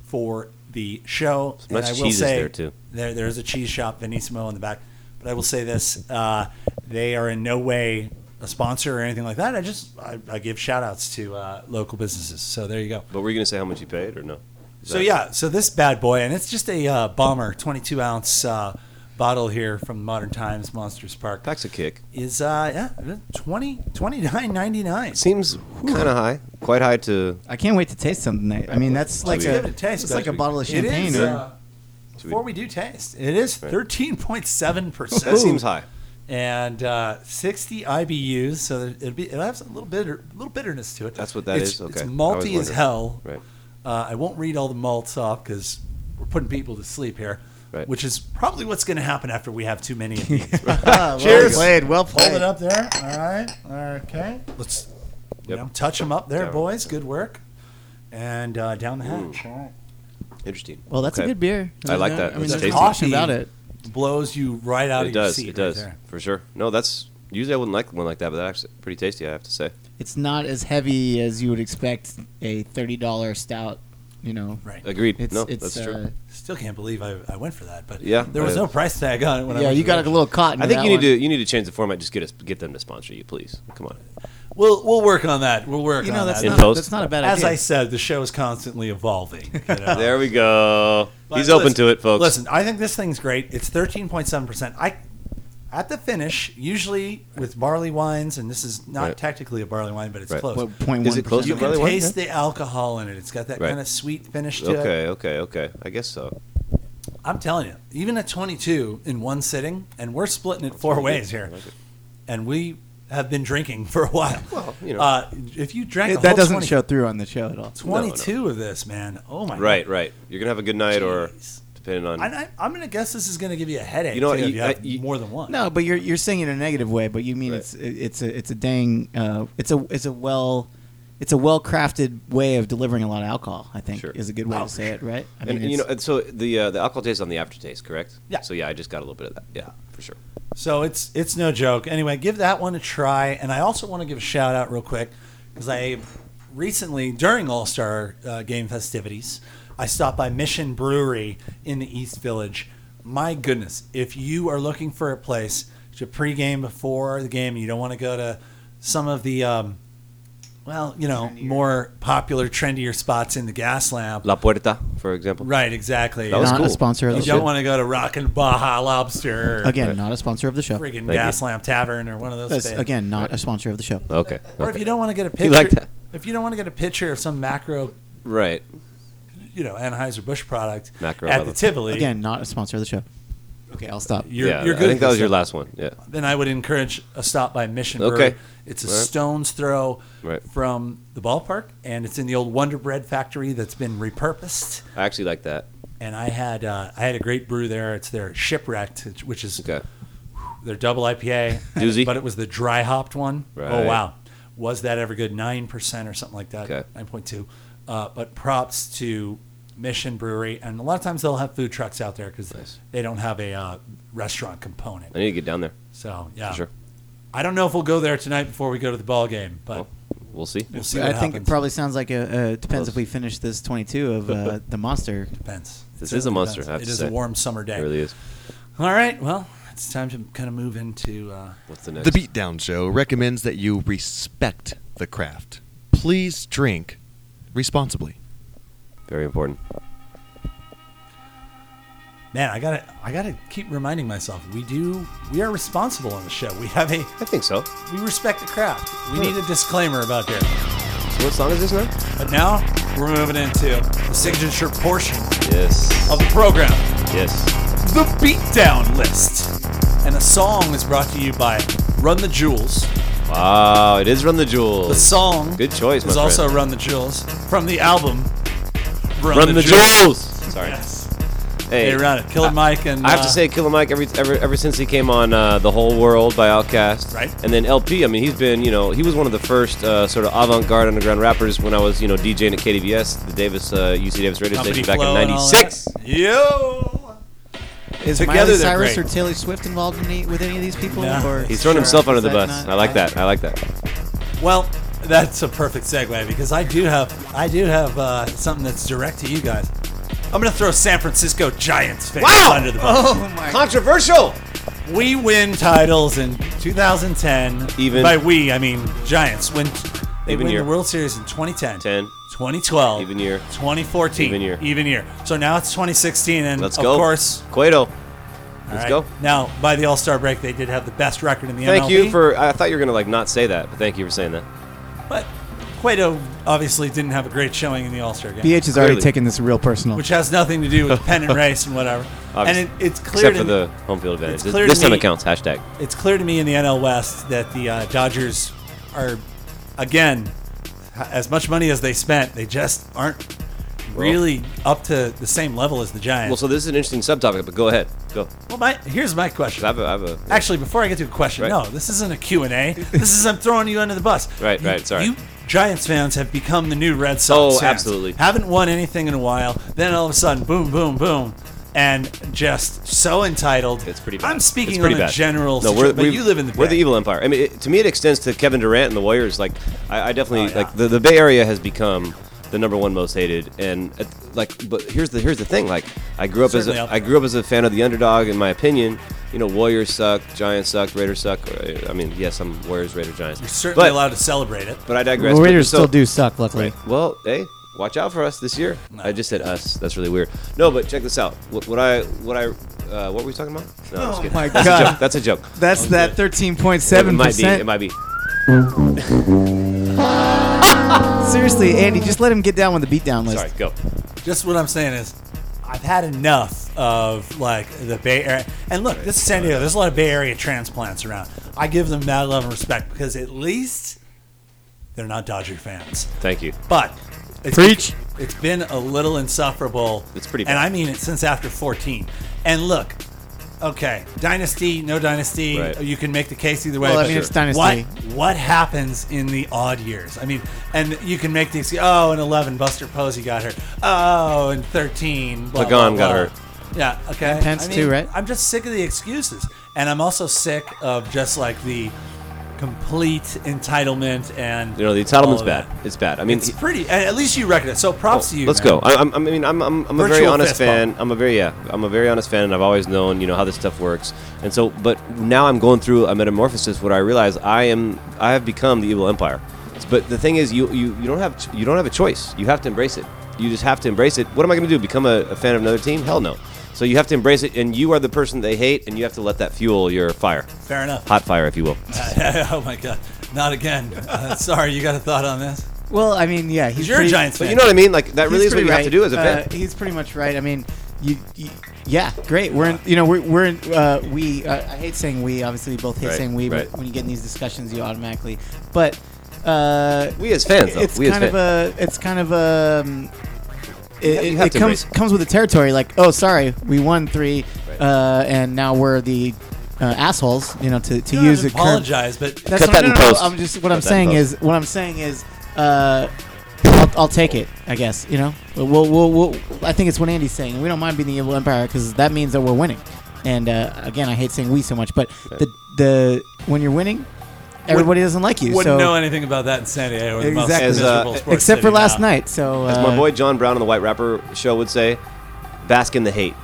C: for the show.
E: Some nice
C: I
E: cheeses there, too.
C: There, there's a cheese shop, Venissimo, in the back. But I will say this: uh, they are in no way a sponsor or anything like that. I just I, I give shout outs to uh, local businesses. So there you go.
E: But were you going to say how much you paid or no? Is
C: So
E: that-
C: yeah, so this bad boy, and it's just a uh, bomber, 22 ounce uh, bottle here from Modern Times Monsters Park
E: Packs a kick.
C: is uh yeah 20 29.99
E: Seems kind of high. Quite high to.
F: I can't wait to taste something. I, I mean, that's like
E: give
F: a,
E: it
C: a taste,
F: It's like a
E: but-
F: bottle of
C: it
F: champagne.
C: is
F: or-
C: uh, before we do taste it is 13.7
E: That
C: percent
E: seems high.
C: and uh 60 ibus so that it'll be it'll have a little bitter little bitterness to it
E: That's what that
C: it's,
E: is?
C: it's
E: Okay. I always
C: malty as
E: wondered.
C: hell
E: Right.
C: uh, i won't read all the malts off because we're putting people to sleep here
E: Right.
C: which is probably what's going to happen after we have too many of these.
F: Ah,
C: Cheers.
F: Well played. Well played.
J: Hold it up there. All right. Okay.
C: Let's you
E: Yep.
C: know, touch them up there, boys. Good work. And uh, down the hatch.
J: All right.
E: Interesting.
F: Well, that's a
E: Okay.
F: good beer.
E: I like that.
F: I mean,
E: It's
F: there's
E: tasty.
F: no question about it.
C: Blows you right out
E: It
C: of
E: does.
C: your seat.
E: It does
C: Right there.
E: for sure. No, that's usually I wouldn't like one like that, but that's actually pretty tasty. I have to say.
F: It's not as heavy as you would expect a thirty dollar stout. You know,
C: Right.
E: Agreed.
F: it's
E: no,
F: it's
E: that's
F: uh,
E: true.
C: Still can't believe I, I went for that, but
E: Yeah,
C: there was
E: I-
C: no price tag on it. When I
F: yeah.
C: went
F: You
C: to
F: got
C: the-
F: a little caught.
E: I think you need to you need to change the format. Just get us get them to sponsor you, please. Come on.
C: We'll we'll work on that. We'll work
F: You
C: on
F: know, that's
C: that.
E: In
F: not,
E: post?
F: that's not a bad
C: As
F: idea.
C: I said, the show is constantly evolving. you know.
E: There we go.
C: But
E: He's
C: Oh.
E: open
C: listen-
E: to it, folks.
C: Listen, I think this thing's great. It's thirteen point seven percent. I at the finish, usually with barley wines, and this is not
E: Right.
C: technically a barley wine, but it's
E: Right.
C: close.
F: What, 0.1%?
E: Is it close
C: you
E: to
C: can
E: barley wine?
C: taste the alcohol in it. It's got that
E: Right.
C: kind of sweet finish to it.
E: Okay, okay, okay. I guess so.
C: I'm telling you, even at 22 in one sitting, and we're splitting it four ways here, and we have been drinking for a while.
E: Well, you know.
C: uh, if you drank a
F: It- that
C: whole
F: doesn't
C: 20
F: show through on the show at all.
C: 22 of this, man. Oh my
E: Right, right. You're gonna have a good night, or
C: Jeez.
E: depending on.
C: God. And I, I'm gonna guess this is gonna give you a headache.
E: You know what,
C: too, if
E: you-
C: you have
E: I- you-
C: more than one.
F: No, but you're you're saying it in a negative way. But you mean
E: Right.
F: it's it's a it's a dang uh, it's a it's a well it's a well crafted way of delivering a lot of alcohol. I think
E: Sure.
F: is a good way
C: Oh,
F: to say it, right? I
E: and,
F: mean,
E: you know,
F: it's-
E: and so the uh, the alcohol taste on the aftertaste, correct?
C: Yeah.
E: So yeah, I just got a little bit of that. Yeah, for sure.
C: So it's it's no joke. Anyway, give that one a try. And I also want to give a shout out real quick because I recently during All Star uh, Game festivities, I stopped by Mission Brewery in the East Village. My goodness, if you are looking for a place to pregame before the game, you don't want to go to some of the um, well, you know, more popular, trendier spots in the gas lamp.
E: La Puerta, for example.
C: Right, exactly.
E: That was
F: not
E: cool.
F: a sponsor of
C: you
F: the
C: don't
F: show.
C: want to go to Rockin' Baja Lobster. or
F: Again, not a sponsor of the show.
C: friggin'
E: you.
C: Gas Lamp Tavern or one of those.
F: That's,
C: things.
F: again, not a sponsor of the show.
E: Okay.
C: Or if
E: okay.
C: you don't want to get a picture,
E: You like that?
C: if you don't want to get a picture of some macro,
E: Right.
C: you know, Anheuser Busch product
E: Macro
C: at the
E: level.
C: Tivoli,
F: Again, not a sponsor of the show. Okay, I'll stop.
C: you're,
E: yeah.
C: you're
E: I
C: good.
E: think that was your
C: with
E: last one. Yeah.
C: stuff. Then I would encourage a stop by Mission
E: Okay.
C: Brewery. It's a
E: Right.
C: stone's throw
E: Right.
C: from the ballpark, and it's in the old Wonder Bread factory that's been repurposed.
E: I actually like that.
C: And I had uh, I had a great brew there. It's their Shipwrecked, which is
E: Okay.
C: their double IPA,
E: Doozy.
C: but it was the dry hopped one. Oh
E: Right.
C: wow, was that ever good? Nine percent or something like that.
E: Okay.
C: Nine point two. Uh, but props to Mission Brewery, and a lot of times they'll have food trucks out there because
E: Nice.
C: they don't have a uh, restaurant component.
E: I need to get down there.
C: So yeah,
E: Sure.
C: I don't know if we'll go there tonight before we go to the ball game, but
E: Well, we'll see.
C: we'll see.
F: I
C: What
F: think it
C: happens.
F: probably sounds like a, a depends if we finish this 22 of uh, the monster.
C: depends.
E: This
C: It
E: is a
C: certainly
E: monster,
C: depends.
E: I have
C: It
E: to
C: is
E: say.
C: a warm summer day.
E: It really is.
C: All right, well, it's time to kind of move into. Uh,
E: What's the next?
A: The Beatdown Show recommends that you respect the craft. Please drink responsibly.
E: Very important.
C: Man, I gotta, I gotta keep reminding myself. We do, we are responsible on the show. We have a,
E: I think so.
C: we respect the craft. We need a disclaimer about there.
E: What song is this now?
C: But now we're moving into the signature portion
E: Yes.
C: of the program,
E: Yes.
C: the beatdown list, and the song is brought to you by Run the Jewels.
E: Wow. It is Run the Jewels.
C: The song
E: Good choice, my
C: is
E: friend.
C: also Run the Jewels from the album Run,
E: Run the, Jewels. Sorry.
C: Yes.
E: Hey.
C: They run it. Killer Mike and
E: I have
C: uh,
E: to say, Killer Mike, every, ever ever since he came on uh, the whole world by Outkast,
C: Right.
E: And then LP, I mean, he's been, you know, he was one of the first uh, sort of avant-garde underground rappers when I was, you know, DJing at KDVS, the Davis uh, UC Davis radio
C: Company
E: station back in
C: Flow and all
E: '96.
C: that. Yo.
F: Is
C: Together
F: Miley
C: they're
F: Cyrus
C: great.
F: or Taylor Swift involved in any, with any of these people?
C: No.
F: Or
E: He's thrown himself under
F: Is
E: the
F: that
E: bus.
F: not-
E: I like that. I like that.
C: Well, that's a perfect segue because I do have I do have uh, something that's direct to you guys. I'm gonna throw San Francisco Giants fans under the bus.
E: Controversial.
C: We win titles in 2010.
E: Even-
C: by we, I mean Giants win. They
E: Even
C: win
E: year.
C: the World Series in 2010,
E: 10.
C: 2012,
E: Even year.
C: 2014,
E: Even year.
C: even year. So now it's 2016, and
E: Let's
C: of
E: go.
C: course,
E: Cueto.
C: all
E: Let's
C: right.
E: go.
C: Now by the All Star break, they did have the best record in the
E: Thank
C: MLB.
E: you for. I thought you were gonna like not say that, but thank you for saying that.
C: But Cueto obviously didn't have a great showing in the All Star game.
F: BH has already
E: Clearly.
F: taken this real personal.
C: which has nothing to do with pennant race and whatever.
E: Obviously.
C: And it, it's clear
E: Except
C: to
E: for
C: me,
E: the home field advantage.
C: it's
E: This-
C: clear
E: this
C: to
E: time
C: me-
E: it counts. Hashtag.
C: it's clear to me in the NL West that the uh, Dodgers are again h- as much money as they spent, they just aren't really up to the same level as the Giants.
E: Well, so this is an interesting subtopic, but go ahead. Go.
C: Well, my here's my question.
E: I have a, I have a
C: Actually, before I get to a question,
E: Right.
C: no, this isn't a Q&A. this is I'm throwing you under the bus.
E: Right,
C: You-
E: right, sorry.
C: You Giants fans have become the new Red Sox
E: Oh,
C: fans.
E: absolutely.
C: Haven't won anything in a while. Then all of a sudden, boom, boom, boom. And just so entitled. It's
E: pretty bad.
C: I'm
E: It's
C: speaking on
E: pretty
C: a
E: bad.
C: general
E: No, we're,
C: situation, but
E: we've-
C: you live in the
E: we're
C: Bay.
E: the evil empire. I mean, it, to me, it extends to Kevin Durant and the Warriors. Like, I, I
C: Oh,
E: definitely like the, the Bay Area has become the number one most hated. And uh, like, but here's the here's the thing. Like, I grew up as
C: Certainly
E: a,
C: up
E: I grew up as a fan of the underdog. In my opinion, you know, Warriors suck, Giants suck, Raiders suck. Uh, I mean, yes, I'm Warriors, Raiders, Giants.
C: You're certainly
E: but,
C: allowed to celebrate it.
E: But I digress.
F: Well, Raiders
E: But so-
F: still do suck, luckily.
E: Well, hey, watch out for us this year. I just said us. That's really weird. No, but check this out. What, what I what I uh, what were we talking about? No, I'm just kidding.
F: Oh my
E: That's
F: God.
E: a joke. That's a joke.
F: That's that thirteen point
E: It
F: seven
E: might be. It
F: percent.
E: might be.
F: Seriously, Andy, just let him get down with the beatdown list.
E: Sorry, go.
C: Just what I'm saying is, I've had enough of like the Bay Area. And look, this is San Diego. There's a lot of Bay Area transplants around. I give them that level of respect because at least they're not Dodger fans.
E: Thank you.
C: But it's,
F: Preach.
C: It's been a little insufferable.
E: It's pretty
C: And
E: bad.
C: I mean it since after 14. And look, okay, dynasty, no dynasty.
E: Right.
C: You can make the case either way.
F: Well, I
C: but
F: mean, it's dynasty.
C: What, what happens in the odd years? I mean, and you can make the excuse, oh, in 11, Buster Posey got hurt. Oh, in 13, blah, blah,
E: Pagan got
C: blah.
E: hurt.
C: Yeah, okay.
F: Pence too, right?
C: I'm just sick of the excuses. And I'm also sick of just like the complete entitlement and
E: You know the
C: all
E: entitlement's
C: of
E: bad.
C: that.
E: It's bad. I mean,
C: It's pretty. At at least you recognize. So props to you.
E: let's
C: man.
E: go. I, I'm, I mean, I'm, I'm, I'm a very
C: Virtual
E: honest
C: fist bump.
E: fan. I'm a very yeah. I'm a very honest fan, and I've always known you know how this stuff works. And so, but now I'm going through a metamorphosis where I realize I am I have become the evil empire. But the thing is, you you, you don't have you don't have a choice. You have to embrace it. You just have to embrace it. What am I going to do? Become a, a fan of another team? Hell no. So you have to embrace it, and you are the person they hate, and you have to let that fuel your fire,
C: Fair enough.
E: hot fire, if you will.
C: oh my god. Not again. Uh, sorry, you got a thought on this?
F: Well, I mean, yeah, he's
C: You're a
F: pretty-
C: Giants fan.
E: But you know what I mean? Like that
F: he's
E: really is what
F: pretty
E: you have to
F: right.
E: do as a fan.
F: Uh, he's pretty much right. I mean, you, you yeah, great. We're in, you know, we're, we're in, uh, we, uh, I hate saying we, obviously we both hate
E: Right,
F: saying we,
E: right.
F: but when you get in these discussions, you automatically, but, uh,
E: We as fans, though.
F: it's
E: we
F: kind
E: as
F: of
E: fans.
F: a, it's kind of a, um,
E: ha-
F: it,
E: you
F: it,
E: have
F: it
E: to
F: comes
E: embrace it.
F: comes with the territory. Like, oh, sorry, we won three, uh, and now we're the uh, assholes. You know, to, to
C: You don't
F: use
C: have
F: a
C: to
F: current-
C: apologize, but
F: that's
E: Cut that
F: what, no,
E: in
F: no, no,
E: post.
F: I'm just what
E: Cut that
F: I'm
E: in
F: saying
E: post.
F: is what I'm saying is uh, I'll, I'll take it. I guess you know. We'll, we'll, we'll, I think it's what Andy's saying. We don't mind being the evil empire because that means that we're winning. And uh, again, I hate saying we so much, but the the when you're winning, everybody doesn't like you.
C: wouldn't
F: so
C: know anything about that in San Diego. the most
F: Exactly.
E: As, uh,
C: miserable sports
F: except for
C: city
F: last
C: now.
F: night. So uh,
E: As my boy John Brown on the White Rapper show would say, bask in the hate.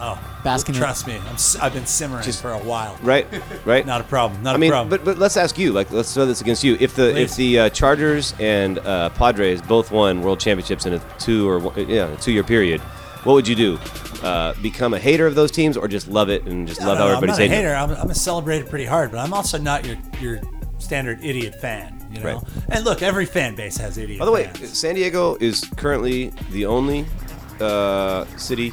C: Oh,
F: Baskin-
C: Trust me, I'm, s- I've been simmering
E: Just-
C: for a while.
E: Right? Right?
C: Not a problem. Not
E: I mean,
C: a problem.
E: but but let's ask you. Like, let's throw this against you. If the
C: Please.
E: if the uh, Chargers and uh, Padres both won World Championships in a two or one- yeah two year period, what would you do? Uh, become a hater of those teams, or just love it and just
C: No,
E: love
C: no,
E: how
C: no,
E: everybody's
C: I'm not a
E: hating?
C: hater.
E: them?
C: I'm, I'm a celebrated pretty hard, but I'm also not your your standard idiot fan. You know.
E: Right.
C: And look, every fan base has idiot.
E: By the way,
C: fans.
E: San Diego is currently the only uh, city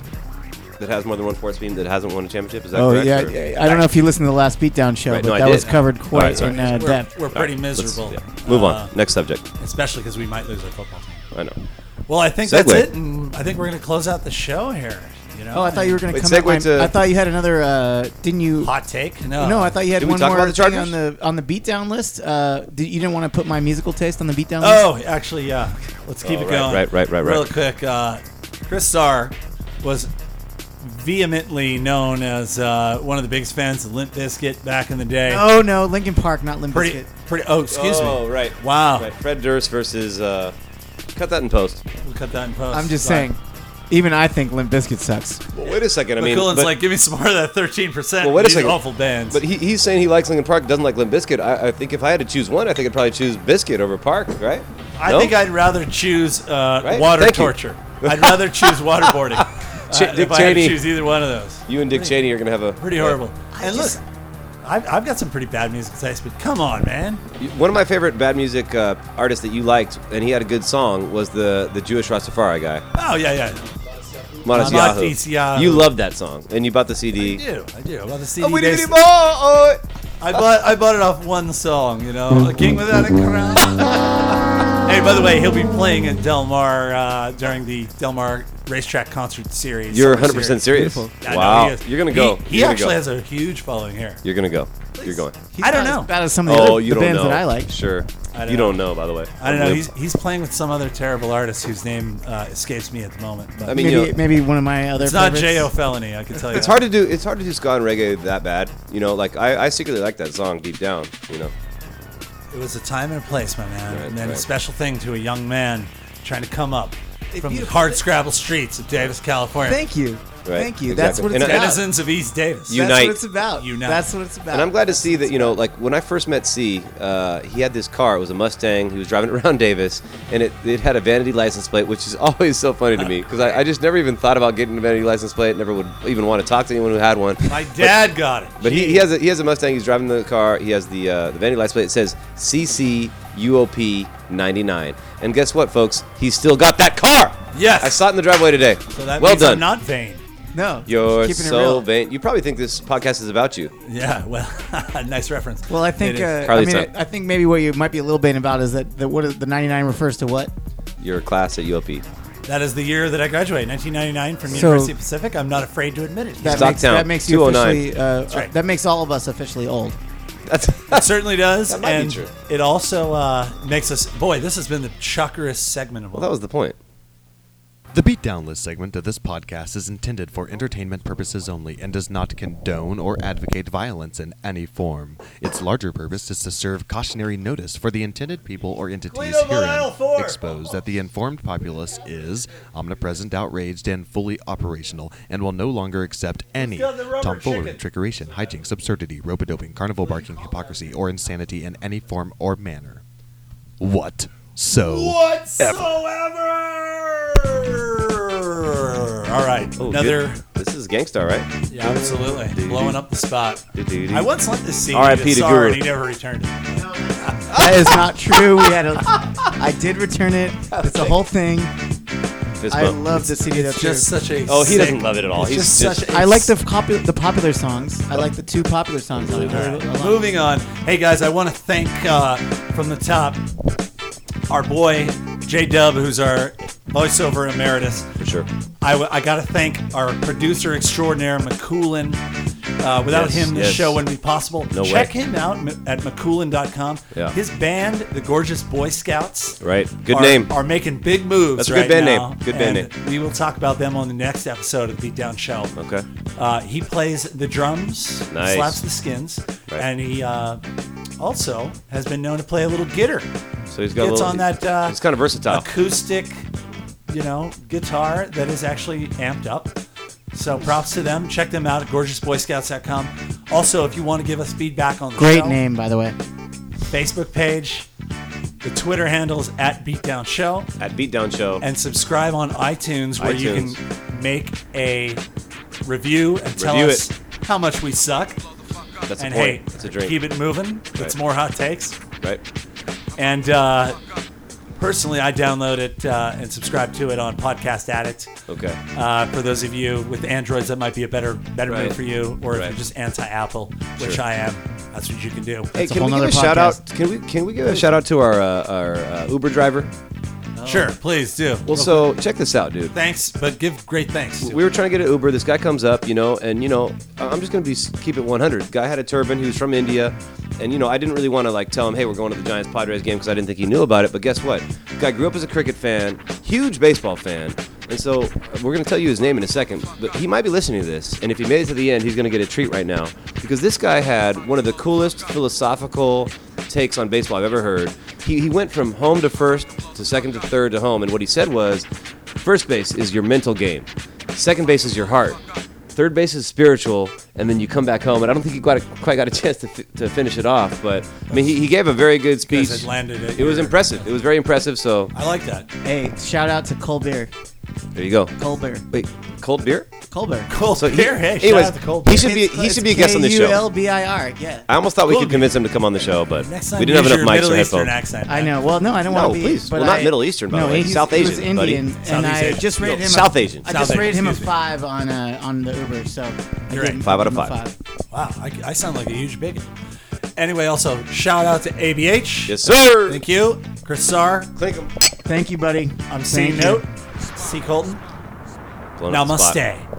E: that has more than one sports team that hasn't won a championship. Is that
F: oh
E: correct?
F: yeah,
E: or-
F: I don't know if you listened to the last beatdown show,
E: Right,
F: but
E: no, I
F: that
E: did.
F: was covered
E: All
F: quite
E: right, sorry.
F: in uh,
C: we're,
F: depth.
C: we're pretty
E: Let's-
C: miserable.
E: yeah. Move
C: Uh,
E: on. Next subject.
C: especially because we might lose our football team.
E: I know.
C: Well, I think
E: Segue.
C: that's it, and I think we're going to close out the show here. You know,
F: Oh, I thought you were going
E: Wait,
F: come. at
E: segue
F: my-
E: to-
F: I thought you had another. Uh, didn't you?
C: hot take. No,
F: No, I thought you had
E: Did we
F: one
E: talk
F: more
E: about the
F: thing
E: Chargers?
F: on the on the beatdown list. Uh, did, you didn't want to put my musical taste on the beatdown list.
C: Oh, actually, yeah. Let's keep
E: Oh,
C: it
E: right,
C: going.
E: right, right, right, right.
C: Real quick, uh, Chris Starr was vehemently known as uh, one of the biggest fans of Limp Bizkit back in the day.
F: Oh no, Lincoln Park, not Limp
C: pretty,
F: Bizkit.
C: pretty. Oh, excuse
E: oh,
C: me.
E: right.
C: Wow.
E: Right. Fred Durst versus. Uh, cut that in post.
C: We'll cut that in post.
F: I'm just
C: Sorry.
F: saying. Even I think Limp Bizkit sucks.
E: Well, wait a second. I mean,
C: McCullen's
E: but,
C: like, give me some more of that 13. percent
E: Well, wait a
C: These
E: second.
C: Awful bands.
E: but he, he's saying he likes Lincoln Park, doesn't like Limp Bizkit. I, I think if I had to choose one, I think I'd probably choose Biscuit over Park, right?
C: I
E: No?
C: think I'd rather choose uh,
E: Right?
C: water
E: Thank you.
C: torture. I'd rather choose waterboarding.
E: Ch-
C: uh,
E: Dick
C: if I had to
E: Cheney.
C: choose either one of those.
E: You and Dick Cheney are gonna have a Uh,
C: Pretty
E: yeah.
C: horrible. and look, I've, I've got some pretty bad music taste, but come on, man.
E: You- One of my favorite bad music uh, artists that you liked, and he had a good song, was the the Jewish Rastafari guy,
C: Oh yeah, yeah.
E: Manas
C: Manas
E: Yahu.
C: Yahu.
E: You loved that song, and you bought the CD.
C: I do, I do. Well, the CD
E: Oh, we did
C: base-
E: it more, oh.
C: I bought I bought it off one song, you know, a king without a crown. Hey, by the way, he'll be playing in Del Mar uh, during the Del Mar Racetrack Concert Series.
E: You're
C: Summer
E: 100 percent
C: Series.
E: serious.
C: I know
E: Wow,
C: he is.
E: you're gonna
C: He-
E: go.
C: He,
E: You're gonna
C: actually
E: go.
C: has a huge following here.
E: You're gonna go. You're going.
C: I don't know.
F: About as some
E: Oh,
F: of the, other, the bands that I like.
E: Sure.
C: I don't
E: you
C: know.
E: don't know, by the way.
C: I don't know. He's, he's playing with some other terrible artist whose name uh, escapes me at the moment. But
E: I mean,
F: Maybe
E: you know,
F: maybe one of my other.
C: it's not
F: favorites.
C: J.O. Felony, I can tell you.
E: it's hard to do. It's hard to do ska and reggae that bad. You know, like I, I secretly like that song deep down. You know.
C: It was a time and a place, my man,
E: Right,
C: and then a
E: right.
C: special thing to a young man trying to come up from the hard scrabble streets of Davis, California.
K: Thank you.
E: Right,
K: Thank you.
E: exactly.
K: That's what it's
E: And I-
K: about.
E: and
C: Denizens of East Davis.
E: You-
K: That's
E: Unite.
K: what it's about.
C: Unite.
K: That's what it's about.
E: And I'm glad to see that, you know, like when I first met C, uh, he had this car. It was a Mustang. He was driving it around Davis, and it, it had a vanity license plate, which is always so funny to me because I, I just never even thought about getting a vanity license plate. Never would even want to talk to anyone who had one.
C: My dad got it.
E: But he, he has a, he has a Mustang. He's driving the car. He has the uh, the vanity license plate. It says CCUOP 99. And guess what, folks? He's still got that car.
C: Yes.
E: I saw it in the driveway today.
C: So that
E: well
C: means
E: done.
C: I'm not vain.
K: No.
E: You're
K: keeping it
E: so
K: real.
E: vain. You probably think this podcast is about you.
C: Yeah, well, nice reference.
F: Well, I
C: It
F: think
C: is.
F: uh, I
E: Carly's
F: mean
E: up.
F: I think maybe what you might be a little bit about is that the, what is, the 99 refers to what?
E: Your class at UOP.
C: that is the year that I graduated, 1999, from
F: So-
C: University of Pacific. I'm not afraid to admit it.
F: That
E: Stocktown,
F: makes, that makes you
E: 209.
F: officially uh,
C: right.
F: that makes all of us officially old.
E: That's
C: It certainly does.
E: That might be
C: and
E: true.
C: It also uh, makes us. Boy, this has been the chuckerest segment of all.
E: Well, that was the point.
A: The Beatdown List segment of this podcast is intended for entertainment purposes only and does not condone or advocate violence in any form. Its larger purpose is to serve cautionary notice for the intended people or entities
C: Guido Morale
A: herein
C: four.
A: exposed that the informed populace is omnipresent, outraged, and fully operational, and will no longer accept any
C: Let's go to the rubber
A: tomfoolery,
C: chicken.
A: trickeration, hijinks, absurdity, rope-a-doping, carnival barking, hypocrisy, or insanity in any form or manner. What? So.
C: whatsoever. All right,
E: Oh,
C: another.
E: good. This is Gangstar, right?
C: Yeah, absolutely. Blowing up the spot.
E: Doo-doo-doo.
C: I once lent this CD
E: R.I.P.
C: to
E: to
C: Sar,
E: Guru.
C: and he never returned it.
F: That is not true. We had a I did return it. It's a whole thing.
E: Fist
F: I
E: bump.
F: love the CD that's
C: It's just such a.
E: Oh, he
C: sick-
E: doesn't love it at all.
C: it's
E: He's
C: just,
E: just-
C: such. a
F: I like the popu- the popular songs. I like the two popular songs on it.
C: All right, Moving on. Hey guys, I want to thank uh, from the top our boy J Dub, who's our voiceover emeritus.
E: for sure.
C: I, w- I got to thank our producer extraordinaire, McCoolin. Uh, without
E: Yes,
C: him, this
E: yes.
C: show wouldn't be possible.
E: No
C: Check
E: way.
C: him out m- at McCoolin.com.
E: Yeah.
C: His band, the Gorgeous Boy Scouts,
E: Right. Good
C: are,
E: name.
C: are making big moves.
E: That's a good
C: right
E: band
C: now,
E: name. Good band
C: and We will talk about them on the next episode of the Beat Down Show.
E: Okay.
C: Uh, he plays the drums,
E: Nice.
C: slaps the skins,
E: Right.
C: and he uh, also has been known to play a little gitter.
E: So he's got a
C: Gets
E: little.
C: on that. Uh,
E: he's kind of versatile.
C: Acoustic, you know, guitar that is actually amped up. So props to them. Check them out at gorgeousboyscouts.com. Also, if you want to give us feedback on the
F: Great
C: show,
F: name, by the way.
C: Facebook page, the Twitter handles at Beatdown Show,
E: At Beatdown Show.
C: and subscribe on iTunes where you can make a review and tell
E: Review
C: us how much we suck.
E: That's a
C: and
E: point.
C: hey,
E: That's a drink.
C: keep it moving. It's
E: Right.
C: more hot takes.
E: Right.
C: And uh, personally, I download it uh, and subscribe to it on Podcast Addict.
E: Okay.
C: Uh, for those of you with Androids, that might be a better better
E: Right.
C: move for you. Or if
E: Right.
C: you're just anti-Apple, which
E: Sure.
C: I am, that's what you can do.
E: Hey,
F: a
E: can
F: whole
E: we give a
F: nother
E: shout
F: podcast.
E: out? Can we can we give a shout out to our uh, our uh, Uber driver? Oh.
C: Sure, please do.
E: Well, so check this out, dude.
C: thanks, but give great thanks. to
E: We were trying to get an Uber. This guy comes up, you know, and you know, I- I'm just gonna be keep it 100. Guy had a turban. He was from India, and you know, I didn't really want to like tell him, hey, we're going to the Giants Padres game because I didn't think he knew about it. But guess what? Guy grew up as a cricket fan, huge baseball fan, and so uh, we're gonna tell you his name in a second. But he might be listening to this, and if he made it to the end, he's gonna get a treat right now because this guy had one of the coolest philosophical takes on baseball I've ever heard. He, he went from home to first to second to third to home, and what he said was, first base is your mental game. Second base is your heart. Third base is spiritual, and then you come back home. And I don't think he quite, quite got a chance to, fi- to finish it off, but I mean, he, he gave a very good
C: guys
E: speech.
C: that landed it.
E: It was impressive. It was very impressive. So
C: I like that.
F: Hey, shout out to Colbert.
E: there you go.
F: Colbert.
E: Wait, cold beer?
F: Colbert.
C: Cool.
E: So he-
C: Here, hey, shout
E: anyways,
C: out to Cole.
E: he should be he should be a guest on the show.
F: K-U-L-B-I-R, yeah.
E: I almost thought we
C: Cold
E: could convince him to come on the show, but
C: Next time,
E: we didn't have
C: use
E: enough
C: your
E: mics
C: Middle
E: or
C: Eastern
E: headphones.
C: accent.
F: I know. Well, no, I don't
E: No,
F: want to be.
E: please.
F: But
E: Well, not
F: I-
E: Middle Eastern, by the
F: no,
E: way.
F: he's-
E: South
F: he was
E: Asian, buddy.
F: Indian, and
C: Southeast
F: I
C: Asian.
F: just rated
E: No,
F: him.
E: South
F: a,
E: Asian.
F: I
C: South
F: just
C: Asian,
F: rated him a
C: excuse me.
F: five on uh, on the Uber. So I
C: You're
F: did
C: right.
E: Five
F: give
E: out of
F: him a
E: five.
C: Wow, I, I sound like a huge bigot. Anyway, also shout out to ABH.
E: Yes, sir.
C: Thank you. Chris Saar.
E: Click him.
F: Thank you, buddy.
C: I'm C
F: Thank you.
C: Note. C Colton.
E: Blown
C: Now
E: up the spot.
C: Namaste.